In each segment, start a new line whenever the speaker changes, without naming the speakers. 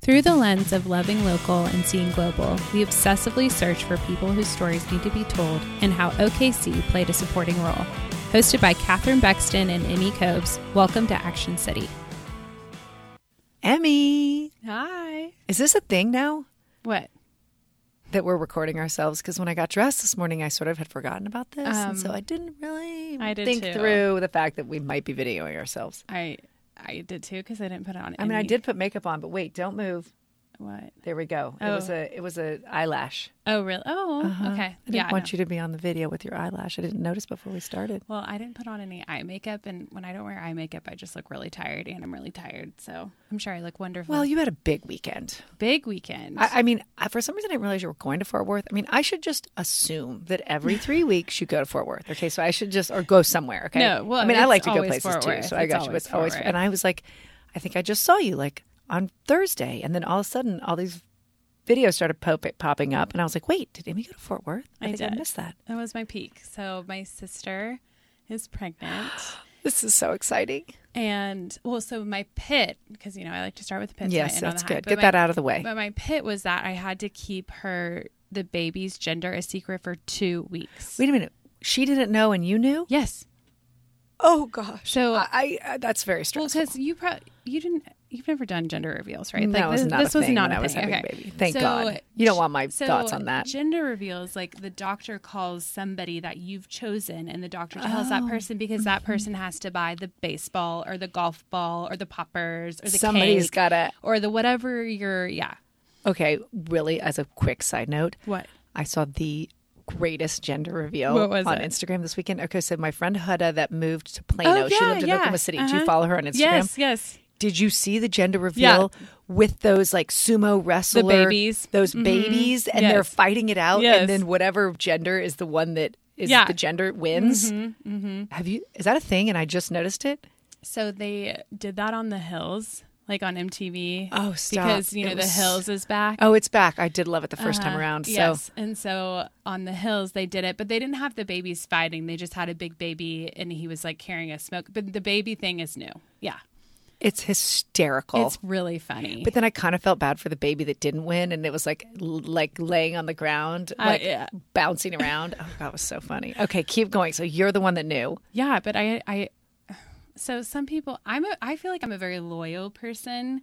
Through the lens of loving local and seeing global, we obsessively search for people whose stories need to be told and how OKC played a supporting role. Hosted by Katherine Bexton and Emmy Cobes, welcome to Action City.
Emmy,
Hi.
is this a thing now
What?
that we're recording ourselves? Because when I got dressed this morning, I sort of had forgotten about this, and so I didn't really
Um, I did
think
too.
through the fact that we might be videoing ourselves.
I I did too because I didn't put it on.
I mean, I
any-
did put makeup on, but wait, don't move.
What?
There we go. It was a it was a eyelash.
Oh, really? Oh, okay.
I didn't
yeah. I
want
know.
you to be on the video with your eyelash. I didn't notice before we started.
Well, I didn't put on any eye makeup, and when I don't wear eye makeup, I just look really tired, and I'm really tired. So I'm sure I look wonderful.
Well, you had a big weekend.
big weekend.
I, I mean, I, for some reason, I didn't realize you were going to Fort Worth. I mean, I should just assume that every three weeks you go to Fort Worth. Okay, so I should just or go somewhere. Okay,
No, well,
I mean, I
it's
like to go
always
places
Fort
too,
Worth.
so I
It's
got you.
always
It's always,
Fort Worth.
and I was like, I think I just saw you like on Thursday, and then all of a sudden, all these videos started pop- popping up, and I was like, wait, did Amy go to Fort Worth? I,
I
think I
did.
missed that.
that was my peak. So my sister is pregnant,
This is so exciting.
and well, so my pit because you know I like to start with the pit. so I
yes,
end on
that's
the high,
good.
but
Get
my-
that out of the way.
But my pit was that I had to keep her the baby's gender a secret for two weeks.
wait a minute. She didn't know, and you knew.
yes.
Oh gosh.
So
I, I that's very
Well,
stressful.
because you pro- you didn't you've never done gender reveals, right?
No, it was
this,
not a
this was
thing
not
when
a
I was
thing.
having a
okay.
baby. Thank God. You don't want my
so
thoughts on that.
Gender reveals, like the doctor calls somebody that you've chosen, and the doctor tells
Oh,
that person because
mm-hmm.
that person has to buy the baseball or the golf ball or the poppers or the
Somebody's
cake
gotta-
or the whatever your yeah
Okay, really, as a quick side note,
What?
I saw the greatest gender reveal
What was
on
it?
Instagram this weekend. Okay, so my friend Huda that moved to Plano,
Oh,
she
yeah,
lived in
yeah.
Oklahoma City. Do you
Uh-huh.
follow her on Instagram?
yes yes
Did you see the gender reveal with those like sumo wrestler
babies. Mm-hmm.
those babies, and they're
Yes.
fighting it out,
Yes.
and then whatever gender is the one that is
Yeah. Mm-hmm.
the gender wins. Have you? Is that a thing? And I just noticed it.
So they did that on the hills, like on MTV.
Oh, stop.
Because you
It
know the
was-
hills is back.
Oh, it's back. I did love it the 1st time
Uh-huh.
around. So
Yes. And so on the hills, they did it, but they didn't have the babies fighting. They just had a big baby and he was like carrying a smoke. But the baby thing is new. Yeah.
it's hysterical.
It's really funny.
Oh. But then I kind of felt bad for the baby that didn't win, and it was like l- like laying on the ground,
I-
like
yeah.
bouncing around. Oh, that was so funny. Okay, keep going. So you're the one that knew.
yeah. But I, I, so some people, I'm a, I feel like I'm a very loyal person.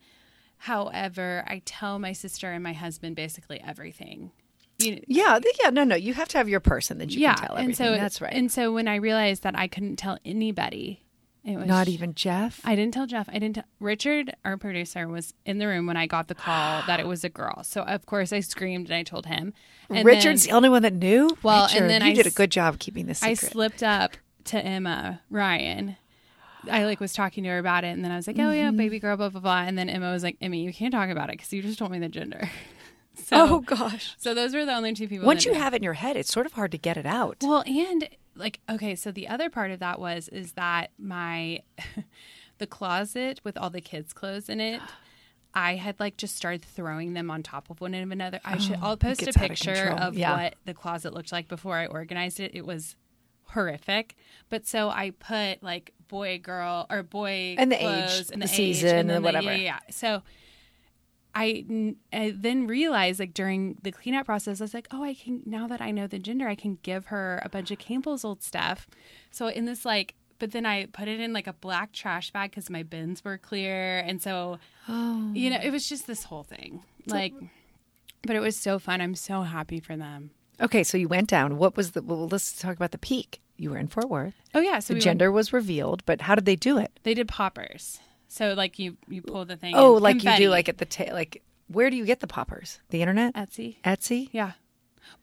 However, I tell my sister and my husband basically everything. You,
Yeah, th- yeah. No, no. You have to have your person that you can tell everything.
and so
That's right.
And so when I realized that I couldn't tell anybody, it was
Not even Jeff.
I didn't tell Jeff. I didn't. Tell, Richard, our producer, was in the room when I got the call that it was a girl. So of course I screamed and I told him. And
Richard's
then
the only one that knew.
Well, and
Richard,
then
you
I
did a
s-
good job keeping this
I
secret.
slipped up to Emma Ryan. I like was talking to her about it, and then I was like, "Oh
Mm-hmm.
yeah, baby girl, blah blah blah." And then Emma was like, "Emmy, you can't talk about it because you just told me the gender." so,
oh gosh.
so those were the only two people.
Once
that
you
knew.
have it in your head, it's sort of hard to get it out.
Well, and like okay, so the other part of that was is that my the closet with all the kids' clothes in it. I had like just started throwing them on top of one another. I should I'll post a
Oh, gets out of
picture
control.
of
Yeah.
what the closet looked like before I organized it. It was horrific. But so I put like boy girl or boy
And the
clothes,
age,
and
the
the, age,
season,
and
and
then the-
whatever.
yeah, yeah, yeah. So I, n- I then realized like during the cleanup process, I was like, oh, I can now that I know the gender, I can give her a bunch of Campbell's old stuff. So in this like, but then I put it in like a black trash bag because my bins were clear, and so
Oh.
you know it was just this whole thing. Like, but it was so fun. I'm so happy for them.
Okay, so you went down. What was the? Well, let's talk about the peak. You were in Fort Worth.
Oh yeah, so
The
we went-
gender was revealed, but how did they do it?
they did poppers. So like you you pull the thing.
Oh,
and
like you
confetti.
do, like at the ta- like. Where do you get the poppers? The internet,
Etsy.
Etsy.
Yeah.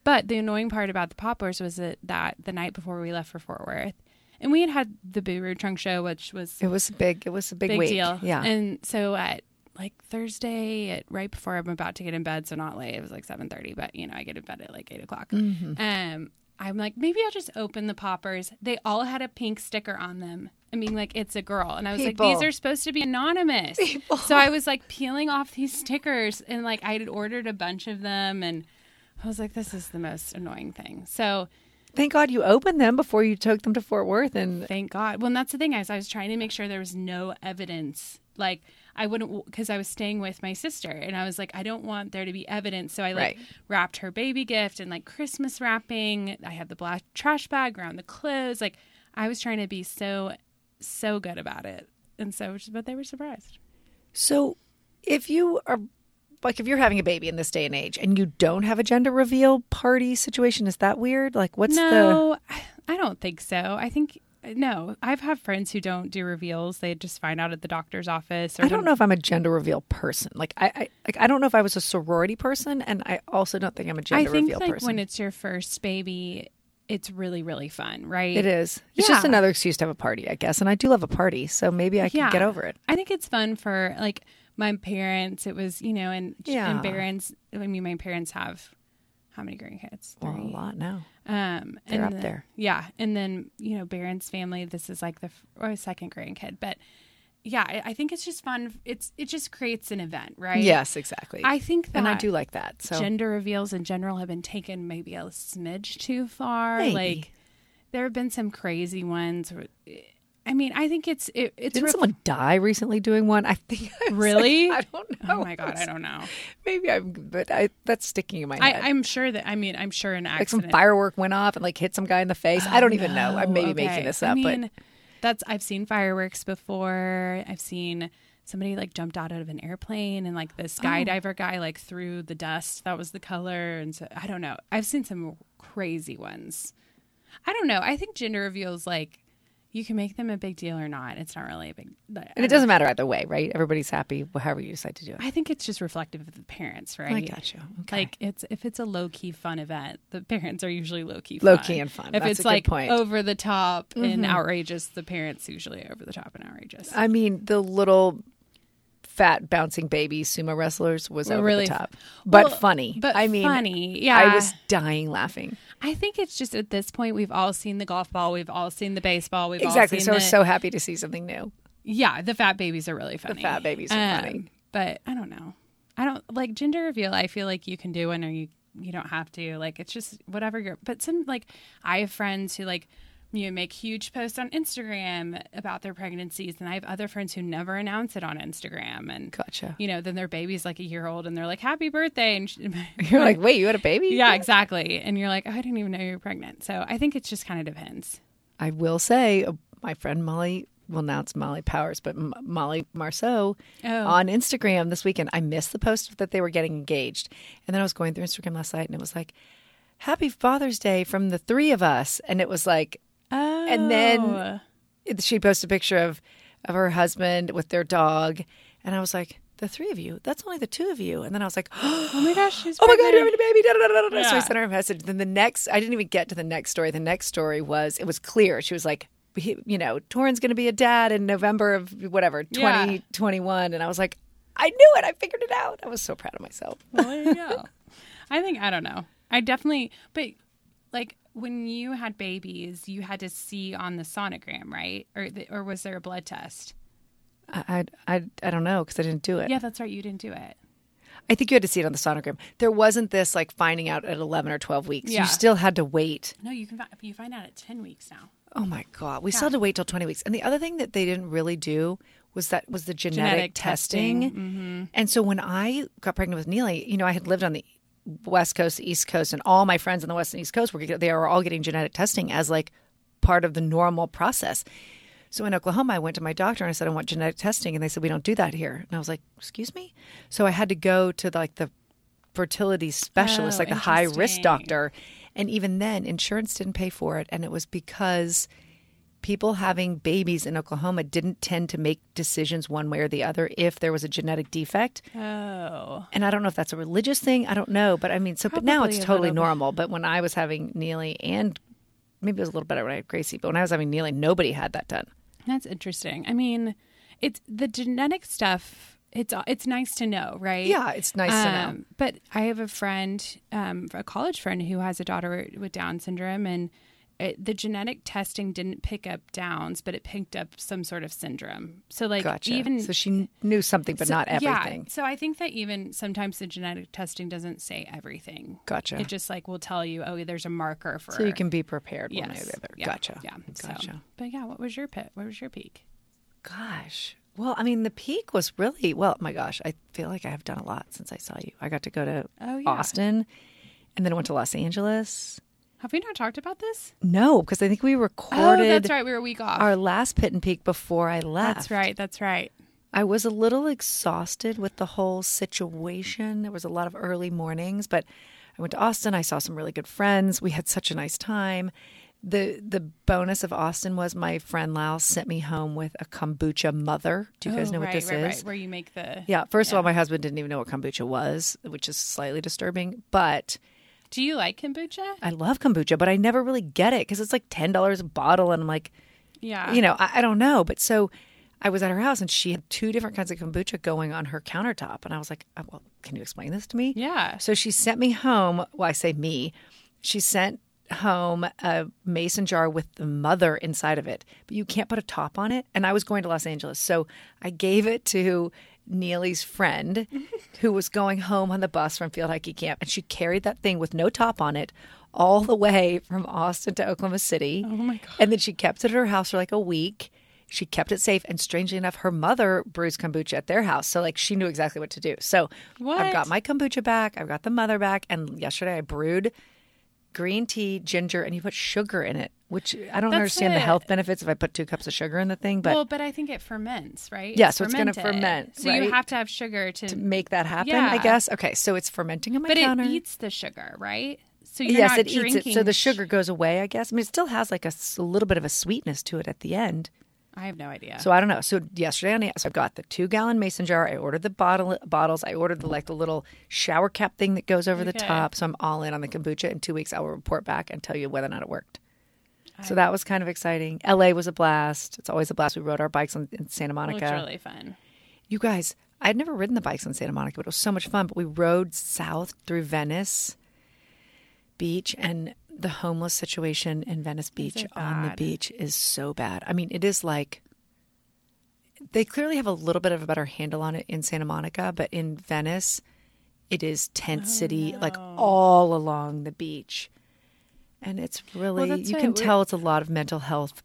But the annoying part about the poppers was that, that the night before we left for Fort Worth, and we had had the Boo Trunk Show, which was a
It was a big. It was a big,
big
week.
deal.
Yeah.
And so at like Thursday, at right before I'm about to get in bed, so not late. It was like seven thirty, but you know I get in bed at like eight o'clock.
Mm-hmm.
Um, I'm like maybe I'll just open the poppers. They all had a pink sticker on them. I mean, like it's a girl, and I was
People.
like, these are supposed to be anonymous. So I was like peeling off these stickers, and like I had ordered a bunch of them, and I was like, this is the most annoying thing. So
Thank God you opened them before you took them to Fort Worth. And
thank God. Well, and that's the thing is I was trying to make sure there was no evidence. Like I wouldn't because I was staying with my sister and I was like, I don't want there to be evidence. So I
Right.
like wrapped her baby gift and like Christmas wrapping. I had the black trash bag around the clothes. Like I was trying to be so so good about it. And so but they were surprised.
So, if you are like, if you're having a baby in this day and age and you don't have a gender reveal party situation, is that weird? Like, what's
no, I- I don't think so. I think no. I've had friends who don't do reveals. They just find out at the doctor's office. Or
the? I don't know if I'm a gender reveal person. Like, I, I like I don't know if I was a sorority person, and I also don't think I'm a
I
gender
think
reveal
like
person.
when it's your first baby, it's really really fun, right?
it is. It's just
Yeah.
another excuse to have a party, I guess. And I do love a party, so maybe I can
Yeah.
get over it.
I think it's fun for like my parents. It was you know and
Yeah.
and parents. I mean, my parents have how many grandkids?
Well, a
Three.
lot now.
Um,
They're
and
up
the-
there.
Yeah, and then you know Barron's family. This is like the f- or second grandkid, but yeah, I, I think it's just fun. It's it just creates an event, right?
Yes, exactly.
I think that
and I do like that. So
gender reveals in general have been taken maybe a smidge too far.
Maybe.
Like there have been some crazy ones. where- I mean, I think it's it, it's
didn't
ref-
someone die recently doing one? I think I was like,
Really?
I don't know.
oh my god, I don't know.
Maybe I'm, but I, that's sticking in my
I,
head.
I'm sure that I mean I'm sure an
like some
accident.
firework went off and like hit some guy in the face. I don't even know. I'm
Oh,
maybe
okay.
making this
I
up,
mean, that's I've seen fireworks before. I've seen somebody like jumped out of an airplane and like the
Oh.
skydiver guy like threw the dust that was the color and so I don't know. I've seen some crazy ones. I don't know. I think gender reveals like you can make them a big deal or not. It's not really a big.
but and it doesn't matter either way, right? Everybody's happy, however you decide to do it.
I think it's just reflective of the parents, right?
I got you. Okay.
Like it's if it's a low key fun event, the parents are usually low key
Low-key and fun.
If
That's
it's
a good
like
point. Mm-hmm.
over the top and outrageous, the parents usually are over the top and outrageous.
I mean, the little fat bouncing baby sumo wrestlers was over
Really
the top,
f-
but
Well,
funny.
but
I mean,
funny.
I
Yeah.
was dying laughing.
I think it's just at this point we've all seen the golf ball, we've all seen the baseball, we've
Exactly.
All seen
So I
the,
was so happy to see something new.
yeah, the fat babies are really funny. Um,
fat babies are funny.
but I don't know. I don't like gender reveal. I feel like you can do one or you you don't have to. Like it's just whatever you're. But some like I have friends who like you know, make huge posts on Instagram about their pregnancies, and I have other friends who never announce it on Instagram. And
Gotcha.
You know, then their baby's like a year old, and they're like, "Happy birthday!" And she,
You're like, wait, you had a baby?
yeah, exactly. And you're like, "Oh, I didn't even know you were pregnant." So I think it just kind of depends.
I will say, uh, my friend Molly. Well, now it's Molly Powers, but M- Molly Marceau
Oh.
on Instagram this weekend. I missed the post that they were getting engaged, and then I was going through Instagram last night, and it was like, "Happy Father's Day from the three of us," and it was like,
Oh,
and then it- she posted a picture of of her husband with their dog, and I was like, "The three of you? That's only the two of you." And then I was like,
oh my gosh, she's
oh my god,
pregnant.
you're having a baby. Da, da, da, da, da. So I
Yeah.
sent her a message. Then the next, I didn't even get to the next story. The next story was it was clear. She was like, he, you know, Torin's going to be a dad in November of whatever
Yeah.
2021, and I was like, I knew it. I figured it out. I was so proud of myself.
Well, there you go. I think I don't know. I definitely, but like when you had babies, you had to see on the sonogram, right? Or the, or was there a blood test?
I I, I, I don't know because I didn't do it.
Yeah, that's right. You didn't do it.
I think you had to see it on the sonogram. There wasn't this like finding out at 11 or 12 weeks.
Yeah.
You still had to wait.
No, you can fi- you find out at ten weeks now.
Oh my god, we still had to wait till 20 weeks. And the other thing that they didn't really do was that was the genetic,
Genetic
testing.
testing. Mm-hmm.
And so when I got pregnant with Neely, you know, I had lived on the West Coast, East Coast, and all my friends on the West and East Coast were they were all getting genetic testing as like part of the normal process. So in Oklahoma, I went to my doctor and I said I want genetic testing, and they said we don't do that here. And I was like, excuse me. So I had to go to like the fertility specialist,
Oh,
like the high risk
interesting.
doctor. And even then, insurance didn't pay for it. And it was because people having babies in Oklahoma didn't tend to make decisions one way or the other if there was a genetic defect.
Oh,
And I don't know if that's a religious thing. I don't know. But I mean, so, but now
Probably
it's
a
totally
little bit.
normal. But when I was having Neely and maybe it was a little better when I had Gracie, but when I was having Neely, nobody had that done.
that's interesting. I mean, it's the genetic stuff. It's it's nice to know, right?
Yeah, it's nice to know.
Um, But I have a friend, um, a college friend, who has a daughter with Down syndrome, and it, the genetic testing didn't pick up Downs, but it picked up some sort of syndrome. So, like,
Gotcha.
even
so she knew something, but
so-
not
yeah.
everything.
So I think that even sometimes the genetic testing doesn't say everything.
Gotcha.
It just like will tell you, oh, there's a marker for.
So you can be prepared one
Yes.
way or the other.
Yeah.
Gotcha.
Yeah. So-
Gotcha.
but yeah, what was your pit? What was your peak?
Gosh. Well, I mean, the peak was really well. My gosh, I feel like I have done a lot since I saw you. I got to go to
Oh, yeah.
Austin, and then I went to Los Angeles.
Have we not talked about this?
No, because I think we recorded
oh, that's right. We were a week off.
our last pit and peak before I left.
that's right. That's right.
I was a little exhausted with the whole situation. There was a lot of early mornings, but I went to Austin. I saw some really good friends. We had such a nice time. The the bonus of Austin was my friend Lau sent me home with a kombucha mother. Do you guys
Oh,
know
right,
what this
right,
is?
Right, where you make the.
Yeah. First of all, my husband didn't even know what kombucha was, which is slightly disturbing. But
Do you like kombucha?
I love kombucha, but I never really get it because it's like ten dollars a bottle, and I'm like,
Yeah.
you know, I, I don't know. But so I was at her house, and she had two different kinds of kombucha going on her countertop, and I was like, "Uh, well, can you explain this to me?
Yeah.
So she sent me home. Well, I say me. She sent home a mason jar with the mother inside of it, but you can't put a top on it. And I was going to Los Angeles. So I gave it to Neely's friend who was going home on the bus from field hockey camp. And she carried that thing with no top on it all the way from Austin to Oklahoma City. Oh my God. And then she kept it at her house for like a week. She kept it safe. And strangely enough, her mother brews kombucha at their house. So, like, she knew exactly what to do. So, I've
What?
got my kombucha back. I've got the mother back. And yesterday I brewed green tea, ginger, and you put sugar in it, which I don't
That's
understand the
it.
health benefits if I put two cups of sugar in the thing, but
well, but I think it ferments, right?
Yeah, so it's gonna
fermented.
ferment,
So
right?
you have to have sugar to.
make that happen, I
Yeah.
guess. Okay, so it's fermenting on my
but
counter.
it eats the sugar, right? So you're
yes,
not
it
drinking.
eats it. So the sugar goes away, I guess. I mean, it still has like a, s- a little bit of a sweetness to it at the end.
I have no idea.
So I don't know. So yesterday, on the, so I've got the two gallon mason jar. I ordered the bottle bottles. I ordered the like the little shower cap thing that goes over the
Okay.
top. So I'm all in on the kombucha. In two weeks, I will report back and tell you whether or not it worked. So that was kind of exciting. LA was a blast. It's always a blast. We rode our bikes on, in Santa
It
Monica.
looks really fun.
You guys, I'd never ridden the bikes in Santa Monica, but it was so much fun. But we rode south through Venice Beach and the homeless situation in Venice Beach on the beach is so bad. I mean, it is like they clearly have a little bit of a better handle on it in Santa Monica, but in Venice, it is tent
Oh,
city, like all along the beach. And it's really,
that's
you
what
can
we-
tell it's a lot of mental health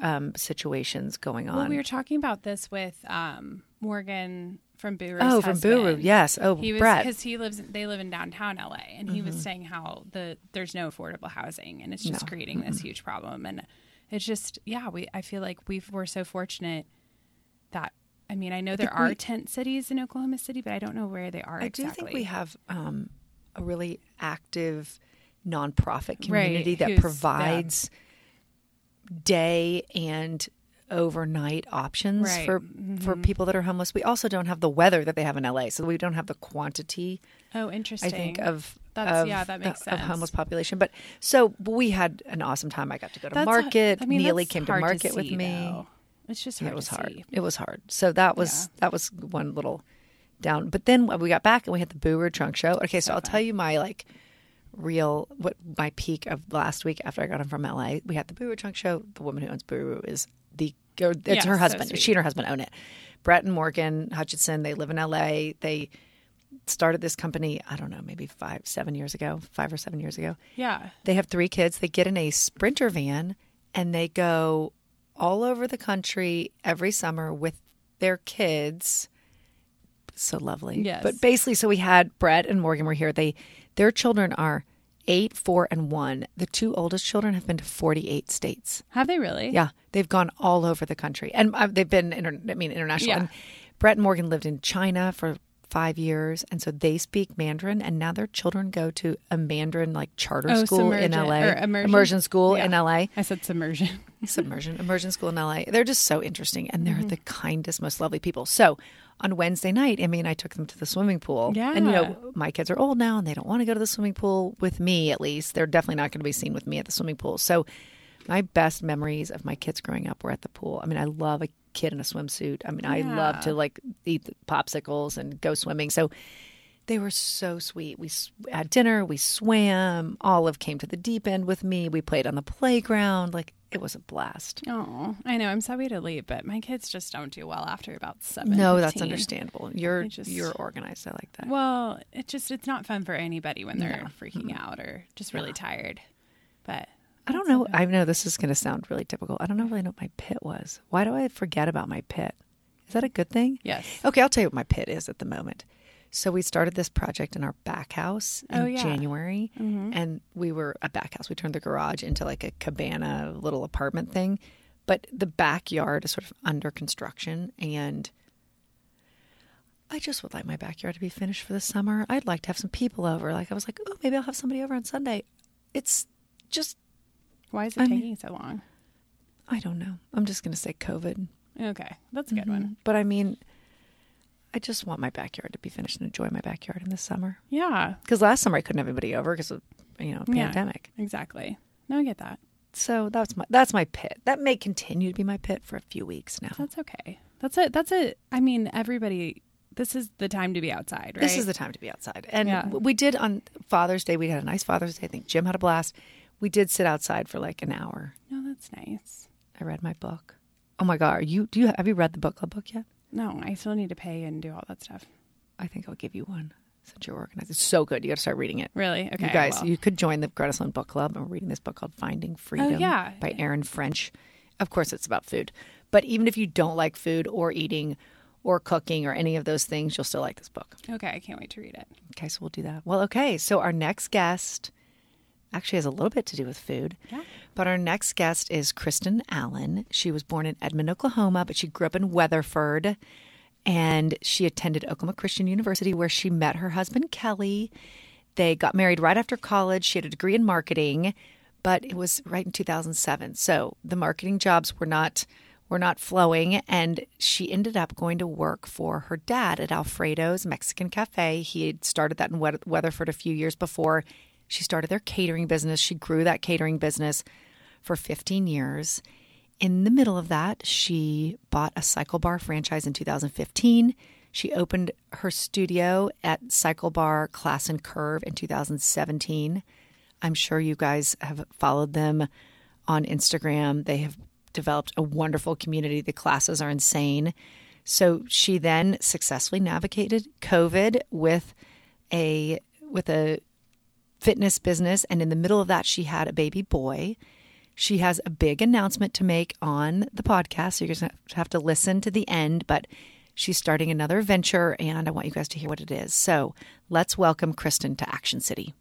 um, situations going on.
Well, we were talking about this with um, Morgan from Booru's
Oh, from Buru,
husband.
yes. Oh,
He was
Brett. Mm-hmm.
because he lives. They live in downtown LA, and he was saying how the there's no affordable housing, and it's just creating this huge problem. And it's just yeah, we I feel like we we're so fortunate that I mean I know there are tent cities in Oklahoma City, but I don't know where they are.
I do think we have um, a really active nonprofit community that
who's- yeah.
provides day and overnight options
Right. mm-hmm.
for for people that are homeless. We also don't have the weather that they have in LA, so we don't have the quantity
Oh,
I
interesting.
think of
That's-
of
yeah, that
the-
makes
of homeless
sense.
population. But so but we had an awesome time. I got to go to
That's hard-
market.
I mean,
Neely
that's
came to
hard
market with
see,
me.
though. It's just hard
it was
to
hard.
see.
It was hard. So that was that was one little down. But then when we got back and we had the Booer Trunk Show. Okay, so, I'll tell you my like real what my peak of last week after I got him from LA. We had the Booer Trunk Show. The woman who owns Booer is the or it's
Yeah,
her
so
husband.
sweet.
she and her husband own it. Brett and Morgan Hutchinson. They live in LA. They started this company. I don't know, maybe five, seven years ago, five or seven years ago.
Yeah.
They have three kids. They get in a sprinter van and they go all over the country every summer with their kids. So lovely.
Yes.
But basically, so we had Brett and Morgan were here. They their children are eight, four, and one. The two oldest children have been to forty-eight states.
Have they really?
Yeah, they've gone all over the country, and uh, they've been inter- I mean international.
Yeah.
And Brett and Morgan lived in China for five years, and so they speak Mandarin. And now their children go to a Mandarin like charter
Oh,
school in
submergent-
LA,
or immersion?
school
Yeah.
in LA,
I said submersion.
submersion immersion school in LA. They're just so interesting, and they're
Mm-hmm.
the kindest, most lovely people. So. On Wednesday night, Emmy and I took them to the swimming pool. And, you
Yeah.
know, my kids are old now and they don't want to go to the swimming pool with me, at least. They're definitely not going to be seen with me at the swimming pool. So, my best memories of my kids growing up were at the pool. I mean, I love a kid in a swimsuit. I mean, I love to like eat the popsicles and go swimming. So, they were so sweet. We s- had dinner, we swam. Olive came to the deep end with me. We played on the playground. Like, it was a blast.
Oh, I know. I'm sorry to leave, but my kids just don't do well after about seven.
No, that's
15.
understandable. You're
I just-
you're organized. I like that.
Well, it just it's not fun for anybody when they're freaking out or just really tired. But
I don't know. I know this is going to sound really typical. I don't know really know what my pit was. Why do I forget about my pit? Is that a good thing?
Yes.
Okay, I'll tell you what my pit is at the moment. So we started this project in our back house in
Oh, yeah. Mm-hmm.
January, and we were a back house. We turned the garage into like a cabana, little apartment thing, but the backyard is sort of under construction, and I just would like my backyard to be finished for the summer. I'd like to have some people over. Like I was like, oh, maybe I'll have somebody over on Sunday. It's just
Why is it
I'm-
taking so long?
I don't know. I'm just gonna say COVID,
Okay, that's a good one.
but I mean, I just want my backyard to be finished and enjoy my backyard in the summer.
Yeah,
Because last summer I couldn't have anybody over because of you know
Yeah.
pandemic.
exactly. No, I get that.
So that's my that's my pit. That may continue to be my pit for a few weeks now.
That's okay. That's it. That's it. I mean, everybody. This is the time to be outside, right?
This is the time to be outside. And
Yeah.
we did on Father's Day. We had a nice Father's Day. I think Jim had a blast. We did sit outside for like an hour.
no, that's nice.
I read my book. Oh my god, are you do you have you read the book club book yet?
No, I still need to pay and do all that stuff.
I think I'll give you one since you're organized. It's so good. You got to start reading it.
Really? Okay,
you
I
guys,
will.
you could join the Greta Sloan Book Club. I'm reading this book called Finding Freedom
Oh, yeah.
by Aaron French. Of course, it's about food. But even if you don't like food or eating or cooking or any of those things, you'll still like this book.
Okay, I can't wait to read it.
Okay, so we'll do that. Well, okay, so our next guest actually has a little bit to do with food.
Yeah.
But our next guest is Kristen Allen. She was born in Edmond, Oklahoma, but she grew up in Weatherford. And she attended Oklahoma Christian University, where she met her husband, Kelly. They got married right after college. She had a degree in marketing, but it was right in 2007. So the marketing jobs were not were not flowing and she ended up going to work for her dad at Alfredo's Mexican Cafe. He had started that in Wet- Weatherford a few years before. She started their catering business. She grew that catering business for 15 years. In the middle of that, she bought a cycle bar franchise in 2015. She opened her studio at Cycle Bar Class and Curve in 2017. I'm sure you guys have followed them on Instagram. They have developed a wonderful community. The classes are insane. So she then successfully navigated COVID with a with a fitness business and in the middle of that she had a baby boy she has a big announcement to make on the podcast so you're going to have to listen to the end but she's starting another venture and i want you guys to hear what it is so let's welcome kristen to action city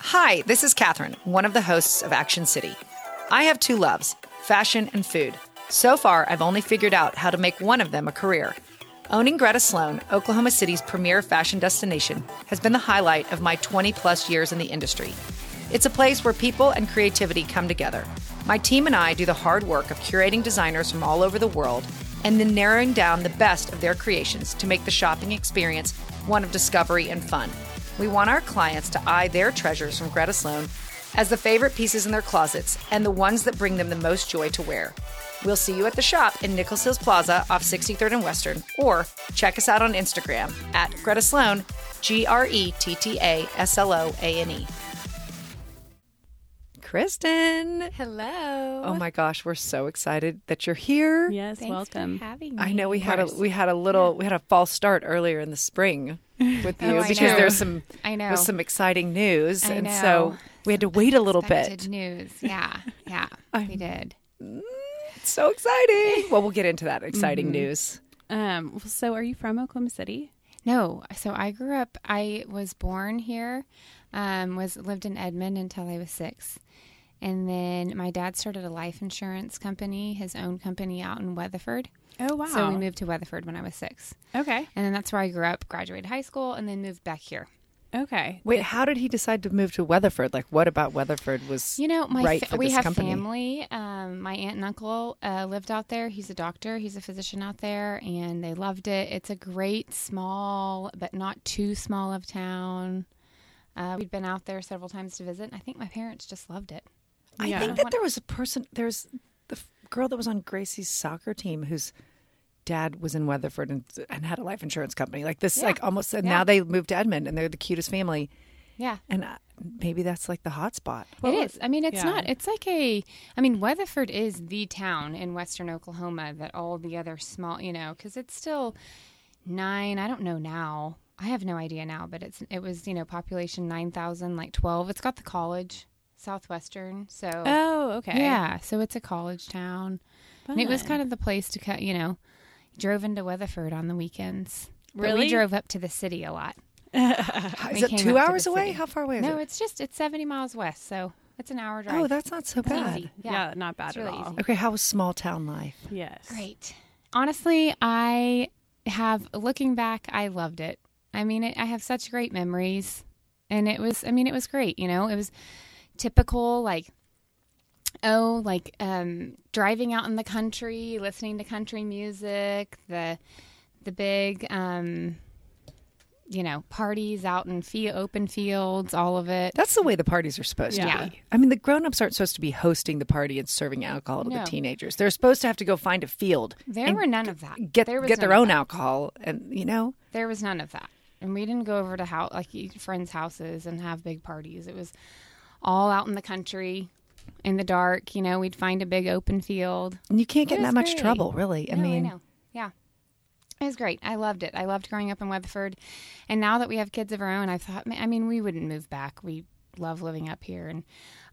hi this is catherine one of the hosts of action city i have two loves fashion and food so far i've only figured out how to make one of them a career Owning Greta Sloan, Oklahoma City's premier fashion destination, has been the highlight of my 20 plus years in the industry. It's a place where people and creativity come together. My team and I do the hard work of curating designers from all over the world and then narrowing down the best of their creations to make the shopping experience one of discovery and fun. We want our clients to eye their treasures from Greta Sloan as the favorite pieces in their closets and the ones that bring them the most joy to wear. We'll see you at the shop in Nichols Hills Plaza off 63rd and Western, or check us out on Instagram at Greta Sloan, G R E T T A S L O A N E. Kristen.
Hello.
Oh my gosh, we're so excited that you're here.
Yes,
Thanks
welcome.
For having me.
I know we
Of
had a
course.
we had a little we had a false start earlier in the spring with you
Oh, I
because
know.
there's some
I know.
there's some exciting news
I
and
know.
so we had to wait a little
Expected
bit.
news. Yeah. Yeah. we did.
It's so exciting. Well, we'll get into that exciting
Mm-hmm.
news.
Um, well, so are you from Oklahoma City?
No. So I grew up. I was born here. Um, was lived in Edmond until I was six, and then my dad started a life insurance company, his own company out in Weatherford.
Oh wow.
So we moved to Weatherford when I was six,
Okay.
and then that's where I grew up. Graduated high school, and then moved back here.
Okay.
Wait, how did he decide to move to Weatherford? Like, what about Weatherford was
You know, my
right
fa-
for
we
this
have
company?
family. Um, my aunt and uncle uh, lived out there. He's a doctor. He's a physician out there, and they loved it. It's a great small, but not too small of town. Uh, we'd been out there several times to visit. And I think my parents just loved it.
I
Yeah.
think that there was a person. There's the f- girl that was on Gracie's soccer team whose dad was in Weatherford and, and had a life insurance company. Like this, like almost. And now they moved to Edmond, and they're the cutest family.
Yeah,
And uh, maybe that's like the hot spot.
it is. I mean, it's
yeah.
not. It's like a. I mean, Weatherford is the town in western Oklahoma that all the other small, you know, because it's still nine. I don't know now. I have no idea now, but it's it was you know population nine thousand, like twelve. It's got the college, Southwestern. So
Oh, okay.
yeah, so it's a college town. And it was kind of the place to cut. You know, drove into Weatherford on the weekends. But
Really?
we drove up to the city a lot.
Is
We
it
came
two
up to
hours
the
away?
city.
How far away is
No,
it?
it's just it's seventy miles west, so it's an hour drive.
Oh, that's not so bad.
easy.
Yeah, not bad
It's
at
really
all.
easy.
Okay, how was small town life?
Yes.
Great. Honestly, I have looking back, I loved it. I mean, it, I have such great memories, and it was. I mean, it was great. You know, it was typical like. Oh, like um, driving out in the country, listening to country music, the the big, um, you know, parties out in field, open fields, all of it.
That's the way the parties are supposed
Yeah.
to be. I mean, the grown-ups aren't supposed to be hosting the party and serving alcohol to
No.
the teenagers. They're supposed to have to go find a field,
There were none of that.
get
there was
get their
none of
own
that.
alcohol, and you know,
There was none of that, and we didn't go over to how like each friends' houses and have big parties. It was all out in the country, in the dark. You know, we'd find a big open field.
and you can't get in
It
that
was
much
great.
trouble, really. I
No,
mean,
know. yeah, it was great. I loved it. I loved growing up in Weatherford, and now that we have kids of our own, I thought, ma- I mean, we wouldn't move back. We love living up here, and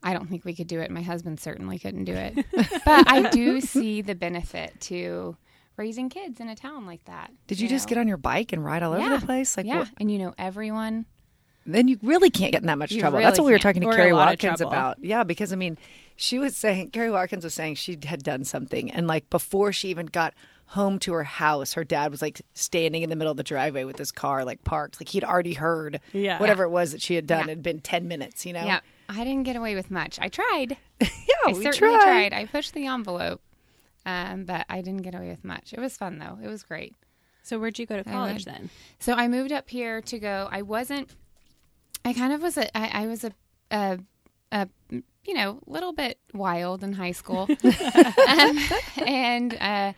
I don't think we could do it. My husband certainly couldn't do it, but I do see the benefit to raising kids in a town like that.
did you, just
know?
get on your bike and ride all over the place? Like,
yeah,
what-
and you know everyone.
then you really can't get in that much
You
trouble. That's
really
what we were
can't.
talking to
Or a
Carrie
lot of
Watkins
trouble.
about. Yeah, because I mean, she was saying Carrie Watkins was saying she had done something, and like before she even got home to her house, her dad was like standing in the middle of the driveway with his car like parked, like he'd already heard
Yeah.
whatever it was that she had done. It had been ten minutes, you know.
Yeah, I didn't get away with much. I tried. yeah, I
we
certainly
Oh, tried.
tried. I pushed the envelope, um, but I didn't get away with much. It was fun though. It was great.
So where'd you go to college
went-
then?
So I moved up here to go. I wasn't. I kind of was a. I, I was a, a, a, you know, little bit wild in high school, um, and uh,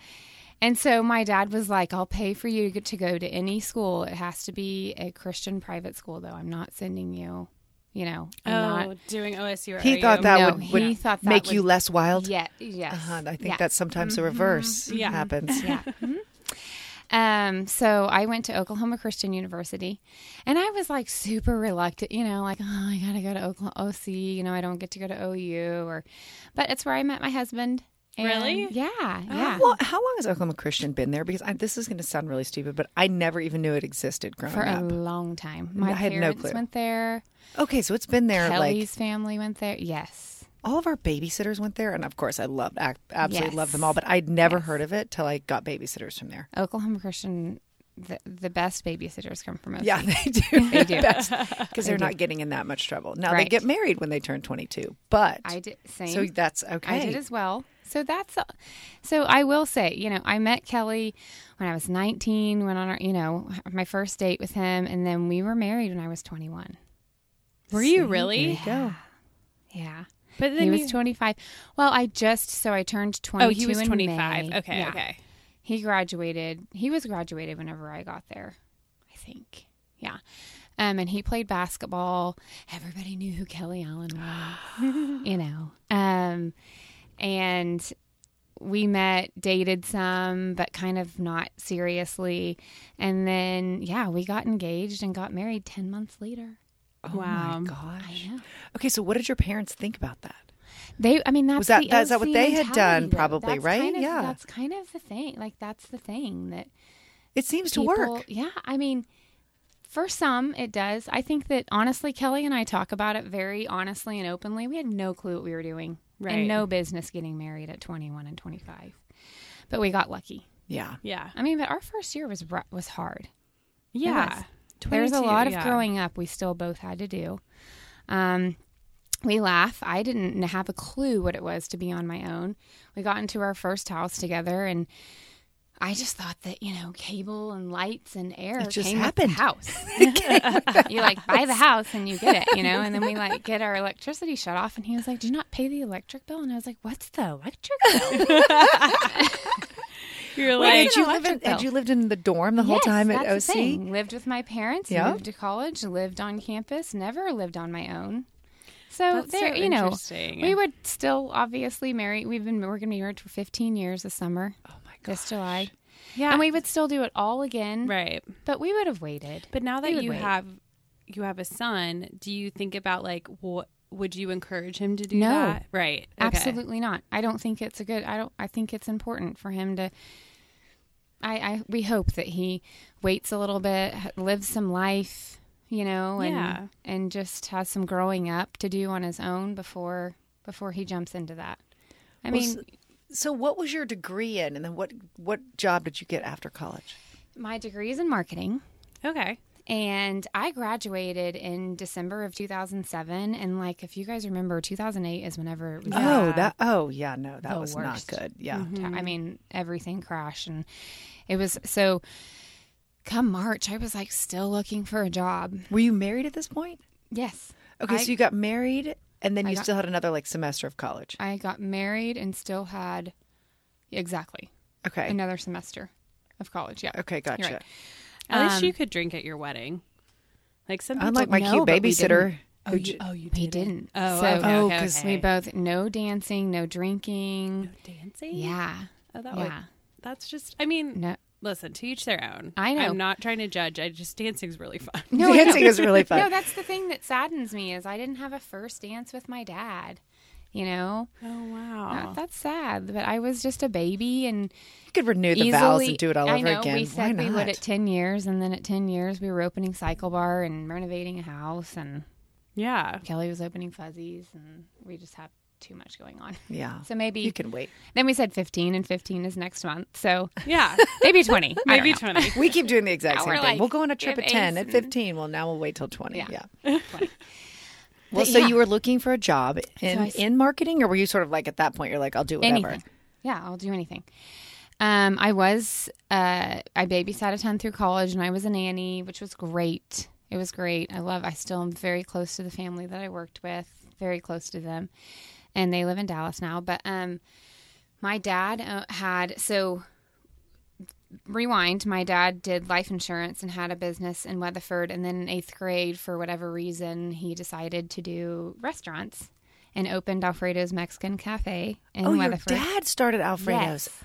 and so my dad was like, "I'll pay for you to go to any school. It has to be a Christian private school, though. I'm not sending you. You know, I'm not
Oh, doing OSU. Or
He
OU.
thought that
No,
would,
he
would
thought that
make
would-
you less wild.
Yeah. Yes.
Uh-huh. I think
Yeah.
that's sometimes the reverse
Yeah.
happens.
yeah. Um, so I went to Oklahoma Christian University, and I was like super reluctant, you know, like oh, I gotta go to Oklahoma OC, you know, I don't get to go to OU, or, but it's where I met my husband. and-
Really?
Yeah, yeah.
Oh. Well, how long has Oklahoma Christian been there? Because I, this is going to sound really stupid, but I never even knew it existed growing
For a
up.
long time, my
I had no
parents
clue.
went there.
Okay, so it's been there like
Kelly's family went there. Yes,
all of our babysitters went there, and of course, I loved ac- absolutely
Yes.
loved them all. But I'd never heard of it till I got babysitters from there.
Oklahoma Christian, the, the best babysitters come from OC.
Yeah, they do.
They do.
because they're not getting in that much trouble. Now they
Right.
get married when they turn twenty-two, but
I did same.
so that's okay.
I did as well. So that's uh, so I will say, you know, I met Kelly when I was 19, went on our, you know, my first date with him and then we were married when I was 21.
Were you really?
Go.
Yeah.
But then
he was
you-
25. Well, I just so I turned 22
Oh, he was
in
25.
May.
Okay,
Yeah.
okay.
He graduated. He was graduated whenever I got there, I think. Yeah. Um, and he played basketball. Everybody knew who Kelly Allen was, you know. Um, and we met, dated some, but kind of not seriously. And then, yeah, we got engaged and got married 10 months later.
Oh
Wow.
my gosh. Okay, so what did your parents think about that?
They, I mean, that's
Was that-
the
that- is that what
OC
they had
mentality,
done
though.
probably,
That's
right?
kind of-
Yeah.
that's kind of the thing. Like that's the thing that
It seems to
people-
work.
Yeah, I mean, for some it does. I think that honestly, Kelly and I talk about it very honestly and openly. We had no clue what we were doing,
Right.
and no business getting married at 21 and 25. But we got lucky.
Yeah.
Yeah.
I mean, but our first year was ru- was hard.
Yeah.
There's a
22,
lot of
yeah.
growing up we still both had to do. Um, we laugh. I didn't have a clue what it was to be on my own. We got into our first house together, and I just thought that you know, cable and lights and air
It just
came
happened.
With the house. you like buy the house and you get it, you know. And then we like get our electricity shut off, and he was like, "Do you not pay the electric bill?" And I was like, "What's the electric bill?"
You're
Wait,
like,
had
it's
you
an
lived in,
electric
had
bill.
you lived in the dorm the whole
Yes,
time at
that's the
OC?
thing. Lived with my parents,
Yeah.
moved to college, lived on campus, never lived on my own. So
That's
there,
so
you know,
interesting.
we would still obviously marry. We've been we're going to be married for 15 years this summer. Oh
my
This July,
yeah.
and we would still do it all again.
right.
But we would have waited.
But now that
would
you
wait.
have you have a son, do you think about like what would you encourage him to do
No.
that? Right. Okay.
Absolutely not. I don't think it's a good. I don't. I think it's important for him to I, I we hope that he waits a little bit, h- lives some life, you know, and
Yeah.
and just has some growing up to do on his own before before he jumps into that. I
Well,
mean,
s- So, what was your degree in, and then what what job did you get after college?
my degree is in marketing.
Okay.
And I graduated in December of 2007. And, like, if you guys remember, 2008 is whenever it was
Oh, that. Oh, yeah. No, that
The
was
worst. Mm-hmm.
not good. Yeah.
I mean, everything crashed, and it was so. Come March, I was like still looking for a job.
Were you married at this point?
Yes.
Okay,
I,
so you got married, and then you
got-
still had another like semester of college.
I got married and still had exactly
Okay.
another semester of college. Yeah.
Okay,
You're
gotcha.
right.
At least you could drink at your wedding. Like some people.
Unlike Um, my
No,
cute
but we
babysitter.
oh, you, oh, you
We
did.
didn't.
Oh,
so
okay,
Oh,
okay,
'cause
okay.
we both no dancing, no drinking.
dancing.
Yeah.
Oh, that
yeah.
would- that's just. I mean,
No.
listen. To each their own.
I know.
I'm not trying to judge. I just dancing's really fun.
No, I know.
dancing is really fun.
No, that's the thing that saddens me is I didn't have a first dance with my dad. You know,
Oh
That-
Uh-huh.
wow.
that's sad. But I was just a baby and
you could renew the
easily.
vows and do it all
I
over
know,
again.
We
Why
said
not?
we would at ten years, and then at ten years we were opening Cycle Bar and renovating a house, and
Yeah.
Kelly was opening Fuzzies, and we just have too much going on.
yeah.
So maybe
you can wait.
Then we said fifteen, and fifteen is next month, so
Yeah.
maybe twenty. I don't
Maybe
know.
twenty.
We keep doing the exact
Now
same
we're
thing.
like,
we'll go on a
we
trip
have
at 10,
ace
at 15. Well, now we'll wait till 20. Yeah.
Yeah.
Well, so you were looking for a job in,
I s-
in marketing, or were you sort of like at that point, you're like, I'll do whatever?
Anything. Yeah, I'll do anything. Um, I was uh, I babysat a ton through college, and I was a nanny, which was great. It was great. I love. I still am very close to the family that I worked with, very close to them, and they live in Dallas now. But um, my dad uh, had so rewind. My dad did life insurance and had a business in Weatherford, and then in eighth grade, for whatever reason, he decided to do restaurants and opened Alfredo's Mexican Cafe in
Oh, your
Weatherford.
dad started Alfredo's.
Yes.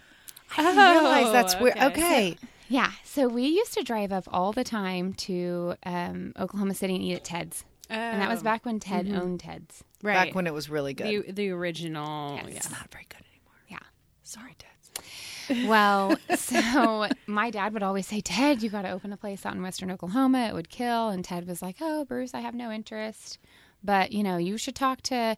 Oh,
I didn't realize that's where. Okay.
Yeah, so we used to drive up all the time to um, Oklahoma City and eat at Ted's, and that was
Oh.
back when Ted owned Ted's.
Right.
Back when it was really good.
the, the original.
Yes.
It's not very good anymore.
Yeah.
Sorry, Dad.
Well, so my dad would always say, Ted, you got to open a place out in Western Oklahoma. It would kill. And Ted was like, Oh, Bruce, I have no interest. But, you know, you should talk to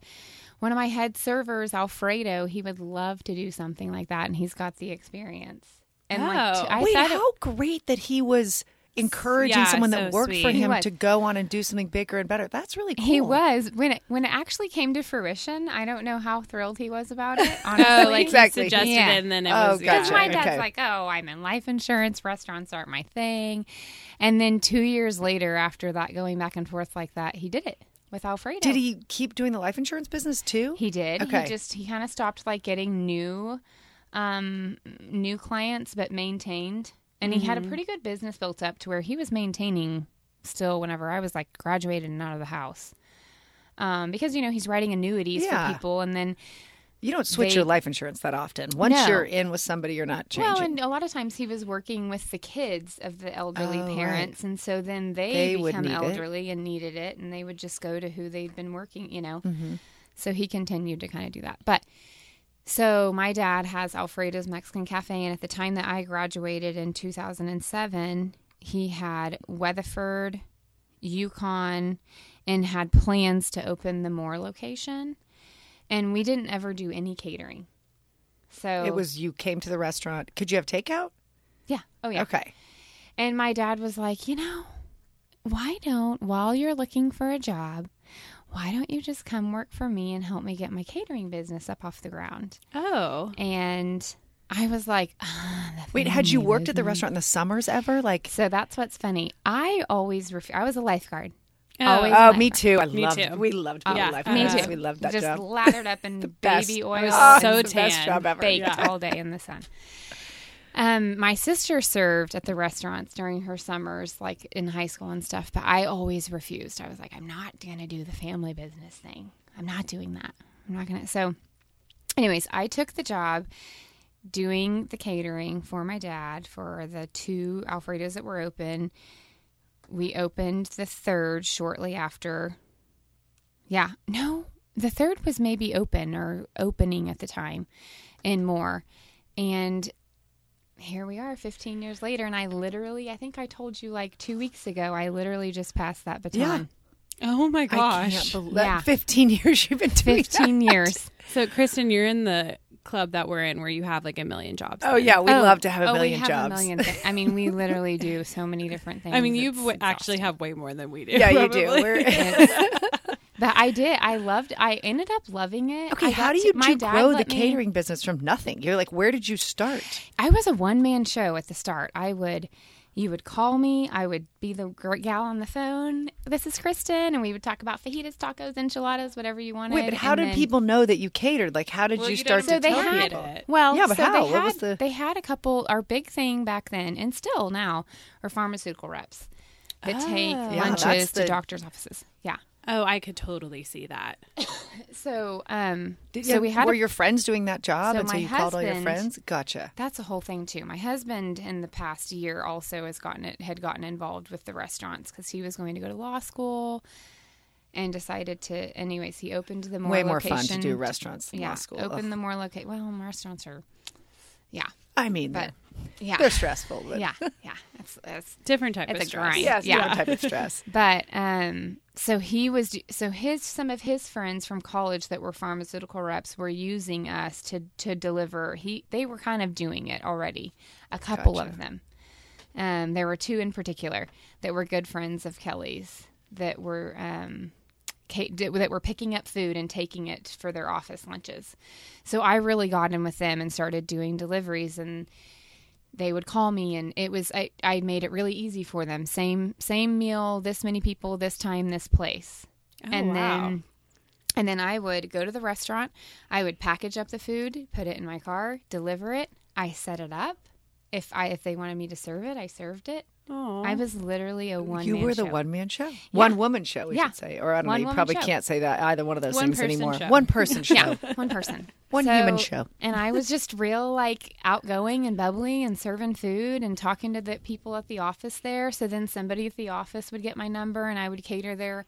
one of my head servers, Alfredo. He would love to do something like that. And he's got the experience. And like,
Oh.
t- I
Wait,
said,
how great that he was encouraging
Yeah,
someone that
so
worked for
sweet.
He
him
was.
to go on and do something bigger and better. That's really cool.
He was when it when it actually came to fruition. I don't know how thrilled he was about it.
Oh,
Honestly,
like you
Exactly.
suggested
Yeah.
it, and then it
Oh,
was.
Because
gotcha.
my dad's
okay.
like, oh, I'm in life insurance. Restaurants aren't my thing. And then two years later, after that, going back and forth like that, he did it with Alfredo.
Did he keep doing the life insurance business too?
He did.
Okay.
He just he kind of stopped like getting new, um, new clients, but maintained. And he
Mm-hmm.
had a pretty good business built up to where he was maintaining still. Whenever I was like graduated and out of the house, um, because you know he's writing annuities
Yeah.
for people, and then
you don't switch
they-
your life insurance that often. Once
No.
you're in with somebody, you're not changing.
Well, and a lot of times he was working with the kids of the elderly
Oh, right.
parents, and so then they,
They would
become
need it.
elderly and needed it, and they would just go to who they'd been working, you know.
Mm-hmm.
So he continued to kind of do that, but. So my dad has Alfredo's Mexican Cafe, and at the time that I graduated in 2007, he had Weatherford, Yukon, and had plans to open the Moore location. And we didn't ever do any catering. So
it was you came to the restaurant. Could you have takeout?
yeah. Oh yeah.
Okay.
And my dad was like, you know, why don't, while you're looking for a job, why don't you just come work for me and help me get my catering business up off the ground?
Oh.
And I was like, ah, the
Wait, had you
family
worked at the
movement.
restaurant in the summers ever? Like,
So that's what's funny. I always, ref- I was a lifeguard.
Oh.
Always
oh,
a
me too. I
Me
loved.
too.
We loved being
Yeah.
life
Me
Uh,
insurance.
too.
We loved that
Just
job.
lathered up in
best. Oh,
baby
I
oil,
was
and
so
the best
tan,
job ever.
baked
Yeah.
all day in the sun. Um, my sister served at the restaurants during her summers, like in high school and stuff. But I always refused. I was like, I'm not gonna do the family business thing. I'm not doing that. I'm not gonna. So, anyways, I took the job doing the catering for my dad for the two Alfredos that were open. We opened the third shortly after. Yeah, no, the third was maybe open or opening at the time and more. And here we are 15 years later and i literally i think i told you like two weeks ago i literally just passed that baton
Oh my
I
gosh.
can't believe
Yeah.
15 years you've been doing
15
that.
years
So, Kristen, you're in the club that we're in where you have like a million jobs.
Oh, yeah. We
Oh,
love to have a
oh,
million
we have
jobs.
a million thi- i mean we literally do so many different things
I mean, you
It's
w- actually
exhausting.
have way more than we do.
yeah, you do.
probably.
We're,
It's- but i did i loved i ended up loving it
okay,
I
how
got
do
to-
you
my
do
dad
grow the
let me-
catering business from nothing? You're like, where did you start?
I was a one man show at the start. I would, you would call me. I would be the gr- gal on the phone. This is Kristen, and we would talk about fajitas, tacos, enchiladas, whatever you wanted.
Wait, but how
and
did
then-
people know that you catered? Like, how did
Well,
you
you don't
start
So
to
they
tell
had
people?
it.
well,
Yeah, but
so
how?
They
What
had,
was the-
They had a couple. Our big thing back then, and still now, are pharmaceutical reps that take
Oh. that's
lunches
the-
to doctors' offices. Yeah.
Oh, I could totally see that.
So, um,
Did-
so
yeah,
we had
were
a
your friends doing that job,
So
and so
my
you called all your
husband-
friends. Gotcha.
That's a whole thing too. My husband in the past year also has gotten it had gotten involved with the restaurants because he was going to go to law school, and decided to. Anyways, he opened the more
Way more fun to
location-
do restaurants than
yeah,
law school.
open
Ugh.
the more locate. Well, restaurants are, yeah,
I mean,
but yeah,
they're, they're stressful. But
yeah, yeah. That's that's
Different type
It's
of
a
stress.
grind.
yeah, it's
Yeah.
yeah. type of stress.
But um, so he was. So his some of his friends from college that were pharmaceutical reps were using us to to deliver. He they were kind of doing it already. A couple of them. Um, there were two in particular that were good friends of Kelly's that were um, ca- d- that were picking up food and taking it for their office lunches. So I really got in with them and started doing deliveries and they would call me and it was I, I made it really easy for them same same meal this many people this time this place
Oh,
and
wow.
then and then i would go to the restaurant i would package up the food put it in my car deliver it i set it up if i if they wanted me to serve it i served it
Aw.
i was literally a one
you were the one man show, one woman show, we
Yeah.
should say, or I don't know. You
One-woman
probably
show.
can't say that either one of those
One
things
person
anymore.
show.
One person show.
yeah one person
One human show.
and i was just real like outgoing and bubbly and serving food and talking to the people at the office there so then somebody at the office would get my number and i would cater their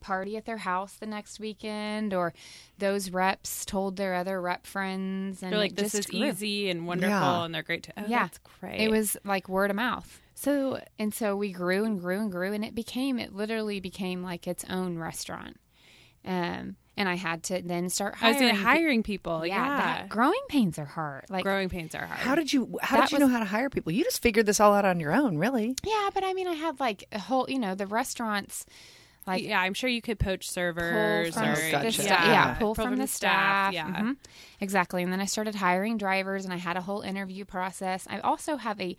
party at their house the next weekend or those reps told their other rep friends and
They're like,
it
this is
just grew.
easy and wonderful,
Yeah.
and they're great to. Oh,
yeah
that's great.
it was like word of mouth
so.
and so we grew and grew and grew, and it became it literally became like its own restaurant. Um, and I had to then start
I
hiring.
was in
pe-
hiring people. Yeah,
that- growing pains are hard. Like,
growing pains are hard.
How did you? How
That
did you
was-
know how to hire people? You just figured this all out on your own, really.
yeah, but I mean, I had like a whole, you know, the restaurants, like
yeah, I'm sure you could poach
pull
servers
from
or
the
Gotcha.
staff.
yeah,
Yeah, pull from, the staff.
yeah.
Mhm. exactly. And then I started hiring drivers, and I had a whole interview process. I also have a,